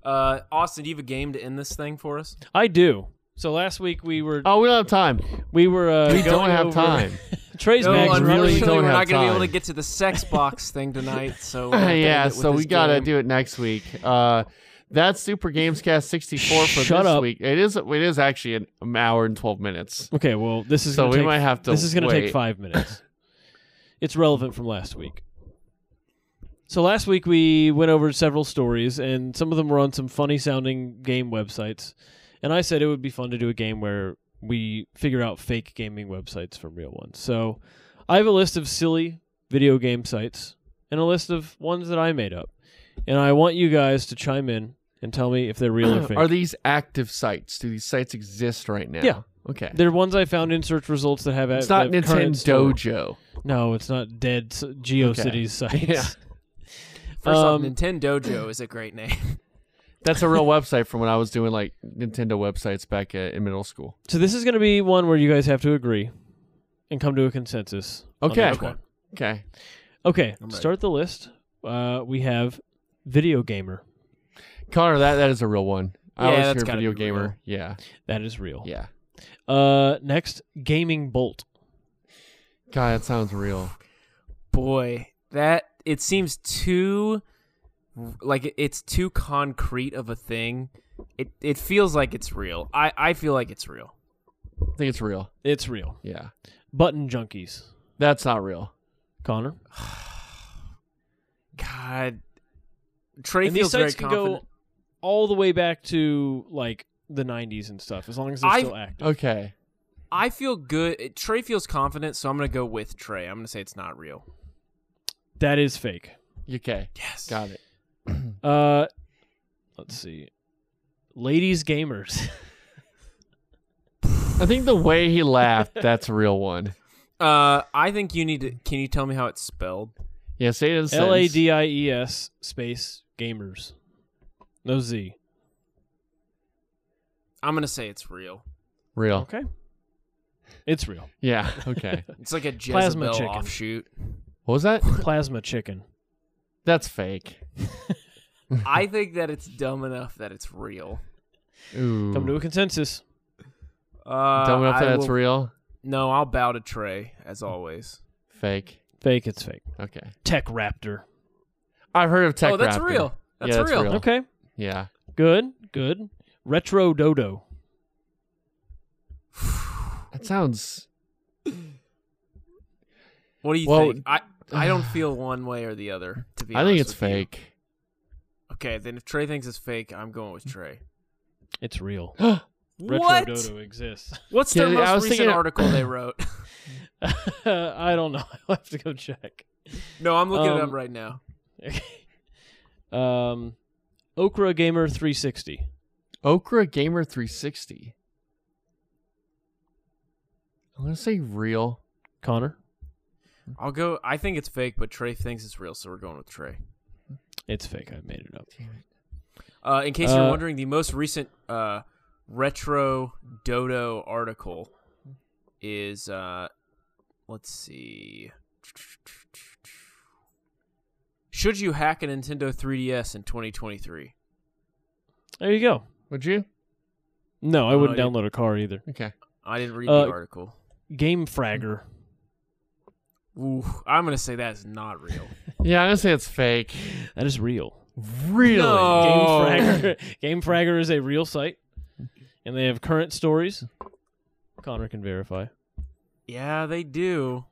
D: Uh, Austin, do you have a game to end this thing for us?
A: I do. So last week we were
C: Oh, we don't have time.
A: we were uh,
C: We don't
A: going
C: have
A: over-
C: time.
A: Trey's
D: No,
A: mag's
D: unfortunately,
C: really
A: running.
C: don't
D: we're
C: have
D: not going to be able
C: time.
D: to get to the sex box thing tonight. So
C: <laughs>
D: we're gonna have to
C: yeah,
D: end it with
C: so
D: this
C: we gotta
D: game.
C: do it next week. Uh, that's Super Gamescast 64 for
A: Shut
C: this
A: up.
C: week. It is it is actually an, an hour and 12 minutes.
A: Okay, well this is
C: So
A: gonna
C: we
A: take,
C: might have to
A: This is gonna take
C: wait.
A: five minutes. <laughs> it's relevant from last week. So last week we went over several stories, and some of them were on some funny sounding game websites. And I said it would be fun to do a game where we figure out fake gaming websites from real ones. So I have a list of silly video game sites and a list of ones that I made up. And I want you guys to chime in and tell me if they're real
C: <clears throat>
A: or fake.
C: Are these active sites? Do these sites exist right now?
A: Yeah.
C: Okay.
A: They're ones I found in search results that have
C: it's not
A: that have current store.
C: Nintendojo.
A: No, it's not dead s- GeoCities <laughs> sites.
C: Yeah.
D: First off,
A: Um,
D: Nintendo Dojo is a great name.
C: That's a real website from when I was doing like Nintendo websites back uh, in middle school.
A: So this is going to be one where you guys have to agree and come to a consensus.
D: Oh,
A: on
C: <laughs> Okay.
A: each one.
C: Okay.
A: Okay. Start the list. Uh, we have Video Gamer.
C: Connor, that, that is a real one. I
D: Yeah,
C: always
D: that's
C: hear
D: gotta
C: video
D: be real.
C: gamer. Yeah.
A: That is real.
C: Yeah.
A: Uh, next, Gaming Bolt.
C: God, that sounds real.
D: <laughs> boy that it seems too like it's too concrete of a thing it it feels like it's real i i feel like it's real
C: I think it's real.
A: It's real.
C: Yeah.
A: Button Junkies.
C: That's not real.
A: Connor.
D: god trey
A: and these
D: feels very
A: sites can
D: confident
A: go all the way back to like the 90s and stuff, as long as they're
D: I-
A: still active.
C: Okay.
D: i feel good trey feels confident so i'm gonna go with trey i'm gonna say it's not real
A: That is fake.
C: Okay.
D: yes
C: Got it.
A: Uh, let's see. Ladies Gamers. <laughs>
C: I think the way he laughed, that's a real one.
D: uh i think you need to can you tell me how it's spelled
C: Yeah, say it in a
A: L A
C: sentence.
A: D I E S space gamers. No Z.
D: i'm gonna say it's
C: <laughs>
D: real
C: Real.
A: Okay. It's real.
C: Yeah. Okay.
D: it's like a
A: Plasma
D: Jezebel
A: chicken.
C: <laughs>
D: offshoot
C: what was that?
A: Plasma chicken.
C: That's fake.
D: i think that it's dumb enough that it's real
C: Ooh.
A: Come to a consensus.
D: uh
C: Dumb enough
D: I
C: that that's
D: will
C: real?
D: No, I'll bow to Trey as always.
C: Fake.
A: Fake, it's fake.
C: Okay.
A: Tech Raptor.
C: I've heard of Tech
D: oh, that's
C: Raptor.
D: real. That's,
C: Yeah, that's
D: real.
C: real.
A: Okay.
C: Yeah.
A: Good. Good. Retro Dodo.
C: That sounds.
D: What do you
C: Well,
D: think? I I don't feel one way or the other. To be,
C: I think
D: honest
C: it's
D: with you.
C: fake.
D: Okay, then if Trey thinks it's fake, I'm going with Trey.
A: It's real. Retro
D: what?
A: Dodo exists. <laughs>
D: What's
C: Yeah,
D: their
C: I
D: most
C: was
D: recent
C: thinking-
D: article
C: <coughs>
D: they wrote? <laughs>
A: I don't know. <laughs> I'll have to go check.
D: no, I'm looking it up
A: Um,
D: right now.
A: um Okra Gamer 360.
C: Okra Gamer 360. I'm gonna say real.
A: Connor.
D: I'll go. I think it's fake, but Trey thinks it's real, so we're going with Trey.
A: It's fake. I made it up.
D: Uh, in case
A: Uh,
D: you're wondering, the most recent uh, retro Dodo article is uh, let's see. Should you hack a Nintendo 3DS in 2023?
A: There you go.
C: Would you?
A: No, I wouldn't
D: I didn't-
A: download a car either.
C: Okay.
D: I didn't read
A: Uh,
D: the article.
A: Game Fragger.
D: Ooh, I'm gonna say that's not real.
C: Yeah, I'm gonna say it's fake.
A: That is real.
C: Really?
D: No.
A: Game
D: Oh.
A: Fragger. Game Fragger is a real site, and they have current stories. Connor can verify.
D: yeah, they
A: <laughs>
D: do.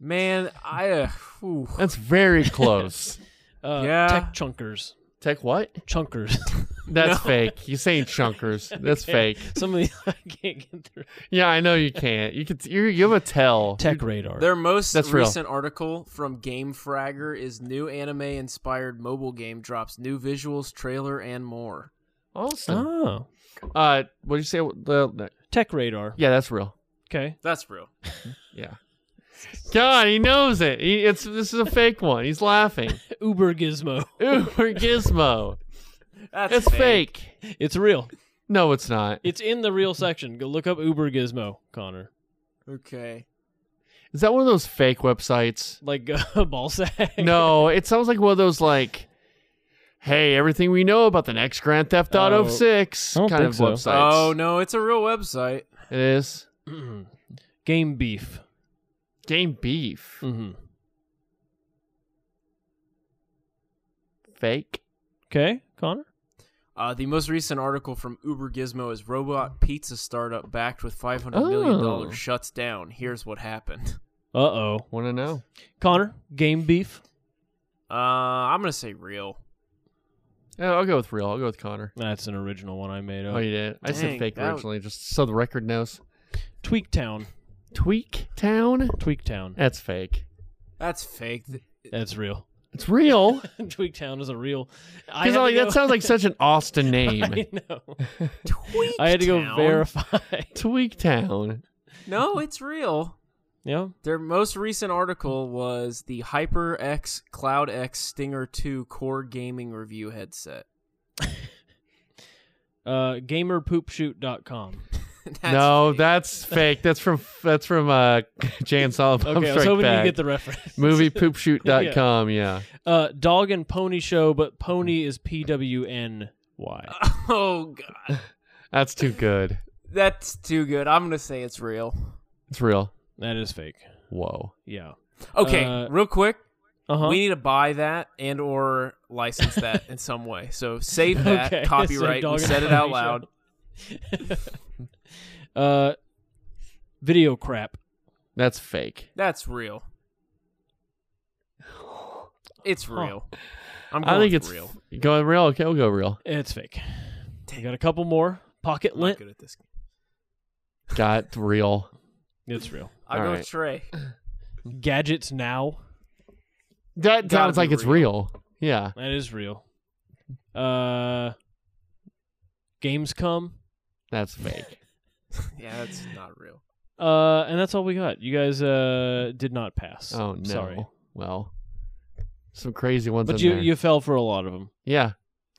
D: Man, I uh, ooh.
C: That's very close.
A: Uh,
D: Yeah.
A: Tech chunkers.
C: Tech what?
A: Chunkers.
C: That's fake.
A: <laughs>
C: You're saying chunkers. That's fake.
A: Some of these <laughs> I can't get through.
C: Yeah, I know you can't. You could. You're, you have a tell.
A: Tech radar.
D: Their most
C: That's real.
D: recent article from Game Fragger is new anime inspired mobile game drops new visuals, trailer, and more.
C: Awesome.
A: oh.
C: Uh, what do you say? The, the-
A: Tech radar.
C: yeah, that's real.
A: Okay.
D: That's real.
C: Yeah. God, he knows it. He, it's this is a fake one.
A: <laughs>
C: He's laughing.
A: Uber Gizmo. <laughs>
C: <laughs> Uber Gizmo.
D: That's
C: It's fake.
A: It's real.
C: No, it's not.
A: It's in the real section. Go look up Uber Gizmo, Connor.
D: Okay.
C: Is that one of those fake
A: <laughs>
C: websites?
A: Like uh, ball sack.
C: No, it sounds like one of those like, hey, everything we know about the next Grand Theft Auto
A: Oh,
C: Six
A: I don't
C: kind
A: think
C: of
A: so.
C: websites.
D: Oh no, it's a real website.
C: it is
A: <clears throat> Game beef.
C: Game Beef.
A: Mm-hmm.
C: Fake.
A: Okay, Connor.
D: Uh, the most recent article from Uber Gizmo is robot pizza startup backed with five hundred million
C: Oh.
D: dollars shuts down. Here's what happened.
A: Uh oh.
C: Want to know?
A: Connor. Game beef.
D: Uh, I'm gonna say real.
C: Yeah, I'll go with real. I'll go with Connor.
A: That's an original one I made up.
C: Oh, you did. I said
D: Dang,
C: fake
D: that-
C: originally, just so the record knows.
A: Tweak Town.
C: Tweak Town.
A: Tweak Town.
C: That's fake.
D: That's fake. Th-
A: That's real. <laughs>
C: It's real.
A: Tweak Town is a real. I
C: Because
A: had
C: like
A: to
C: that sounds like such an
A: <laughs>
C: Austin
A: go-
C: name.
A: I know. I had to go
D: Tweaktown?
A: verify.
C: Tweak Town.
D: No, it's real.
A: yeah.
D: Their most recent article was the HyperX CloudX Stinger 2 core gaming review headset. <laughs>
A: Uh, GamerPoopshoot.com.
D: That's
C: no,
D: fake.
A: <laughs>
C: that's fake. That's from that's from uh, <laughs> Jan Solomon.
A: Okay, I was hoping you get the <laughs> reference.
C: Moviepoopshoot.com, yeah.
A: Uh, dog and pony show, but pony is P W N Y.
D: Oh god.
C: That's too good.
D: That's too good. I'm going to say it's real.
C: It's real.
A: That is fake.
C: Whoa.
A: Yeah.
D: Okay,
A: Uh,
D: real quick,
A: Uh huh.
D: we need to buy that and or license
C: <laughs>
D: that in some way. So save that
A: Okay, <laughs> so
D: copyright.
A: dog
D: we
A: and
D: said it
A: pony
D: out
A: show.
D: loud.
A: <laughs> uh, video crap.
C: That's fake.
D: That's real. It's real. I'm going
C: I think
D: with
C: it's
D: real.
C: Going real? Okay, we'll go real.
A: It's fake. We got a couple more. Pocket
D: I'm not
A: lint.
D: good at this.
A: <laughs>
C: Got real.
A: It's real.
D: I
C: All
D: go
C: right.
D: with Trey.
A: Gadgets now.
C: That
D: Gotta
C: sounds
D: be
C: like it's real.
D: real.
C: Yeah.
A: That is real. Uh, games come.
C: That's fake.
D: <laughs> Yeah, that's not real.
A: Uh, and that's all we got. You guys uh did not pass.
C: Oh no.
A: Sorry.
C: Well. Some crazy ones
A: But
C: in
A: you
C: there.
A: you fell for a lot of them.
C: yeah,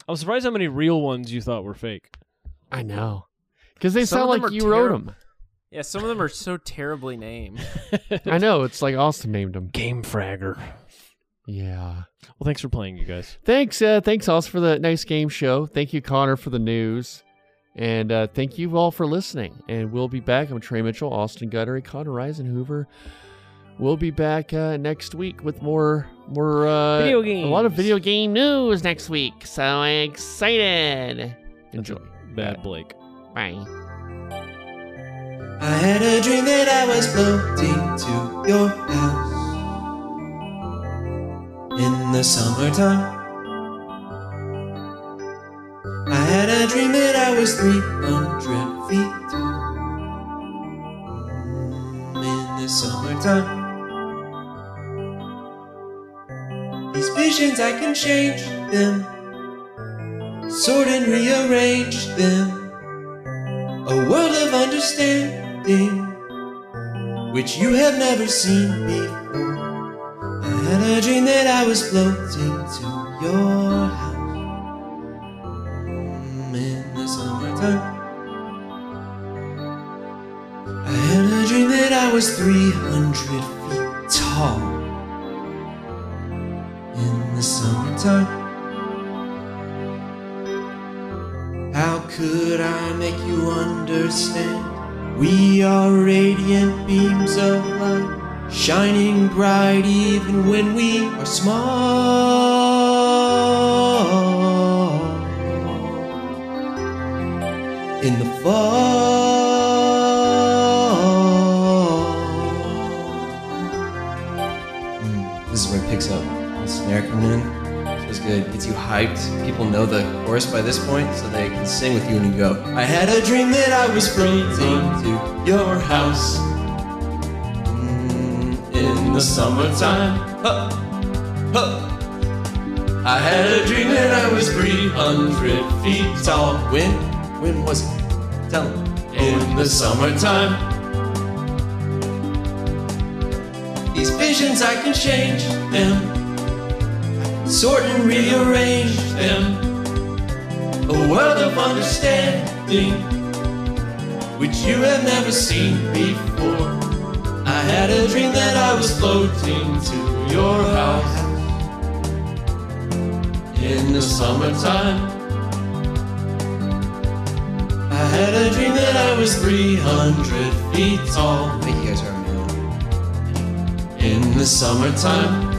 A: I'm surprised how many real ones you thought were fake.
C: I know. Because they
D: Some of
C: sound
D: them
C: like
D: are
C: you wrote
D: terrib-
C: them.
D: Yeah, some of them are so terribly named.
C: I know. It's like Austin named them.
A: Game Fragger.
C: Yeah.
A: Well, thanks for playing, you guys.
C: Thanks. Uh, thanks, also for the nice game show. Thank you, Connor, for the news. And uh, thank you all for listening. And we'll be back. I'm Trey Mitchell, Austin Guttery, Connor Reisenhoover. We'll be back uh, next week with more more uh,
A: Video
C: A lot of
A: games.
C: video game news next week. So excited! Enjoy.
A: Bad Blake.
C: Bye.
E: I had a dream that I was floating to your house in the summertime. I had a dream that I was 300 feet tall Mm, in the summertime. These visions, I can change them, sort and rearrange them a world of understanding which you have never seen before. I had a dream that I was floating to your house Mm, in the summertime. I had a dream that I was 300 feet tall in the summertime. How could I make you understand? We are radiant beams of light, shining bright even when we are small. In the fall. Mm, this is where it picks up. The snare coming in. was good. Gets you hyped. People know the chorus by this point, so they can sing with you and you go. I had a dream that I was freezing to your house Mm, in the summertime. Huh, huh. I had a dream that I was 300 feet tall. When? When was it? Tell me. In the summertime. These visions, I can change them, sort and rearrange them. A world of understanding, which you have never seen before. I had a dream that I was floating to your house in the summertime. I had a dream that I was 300 feet tall. you guys are in the summertime.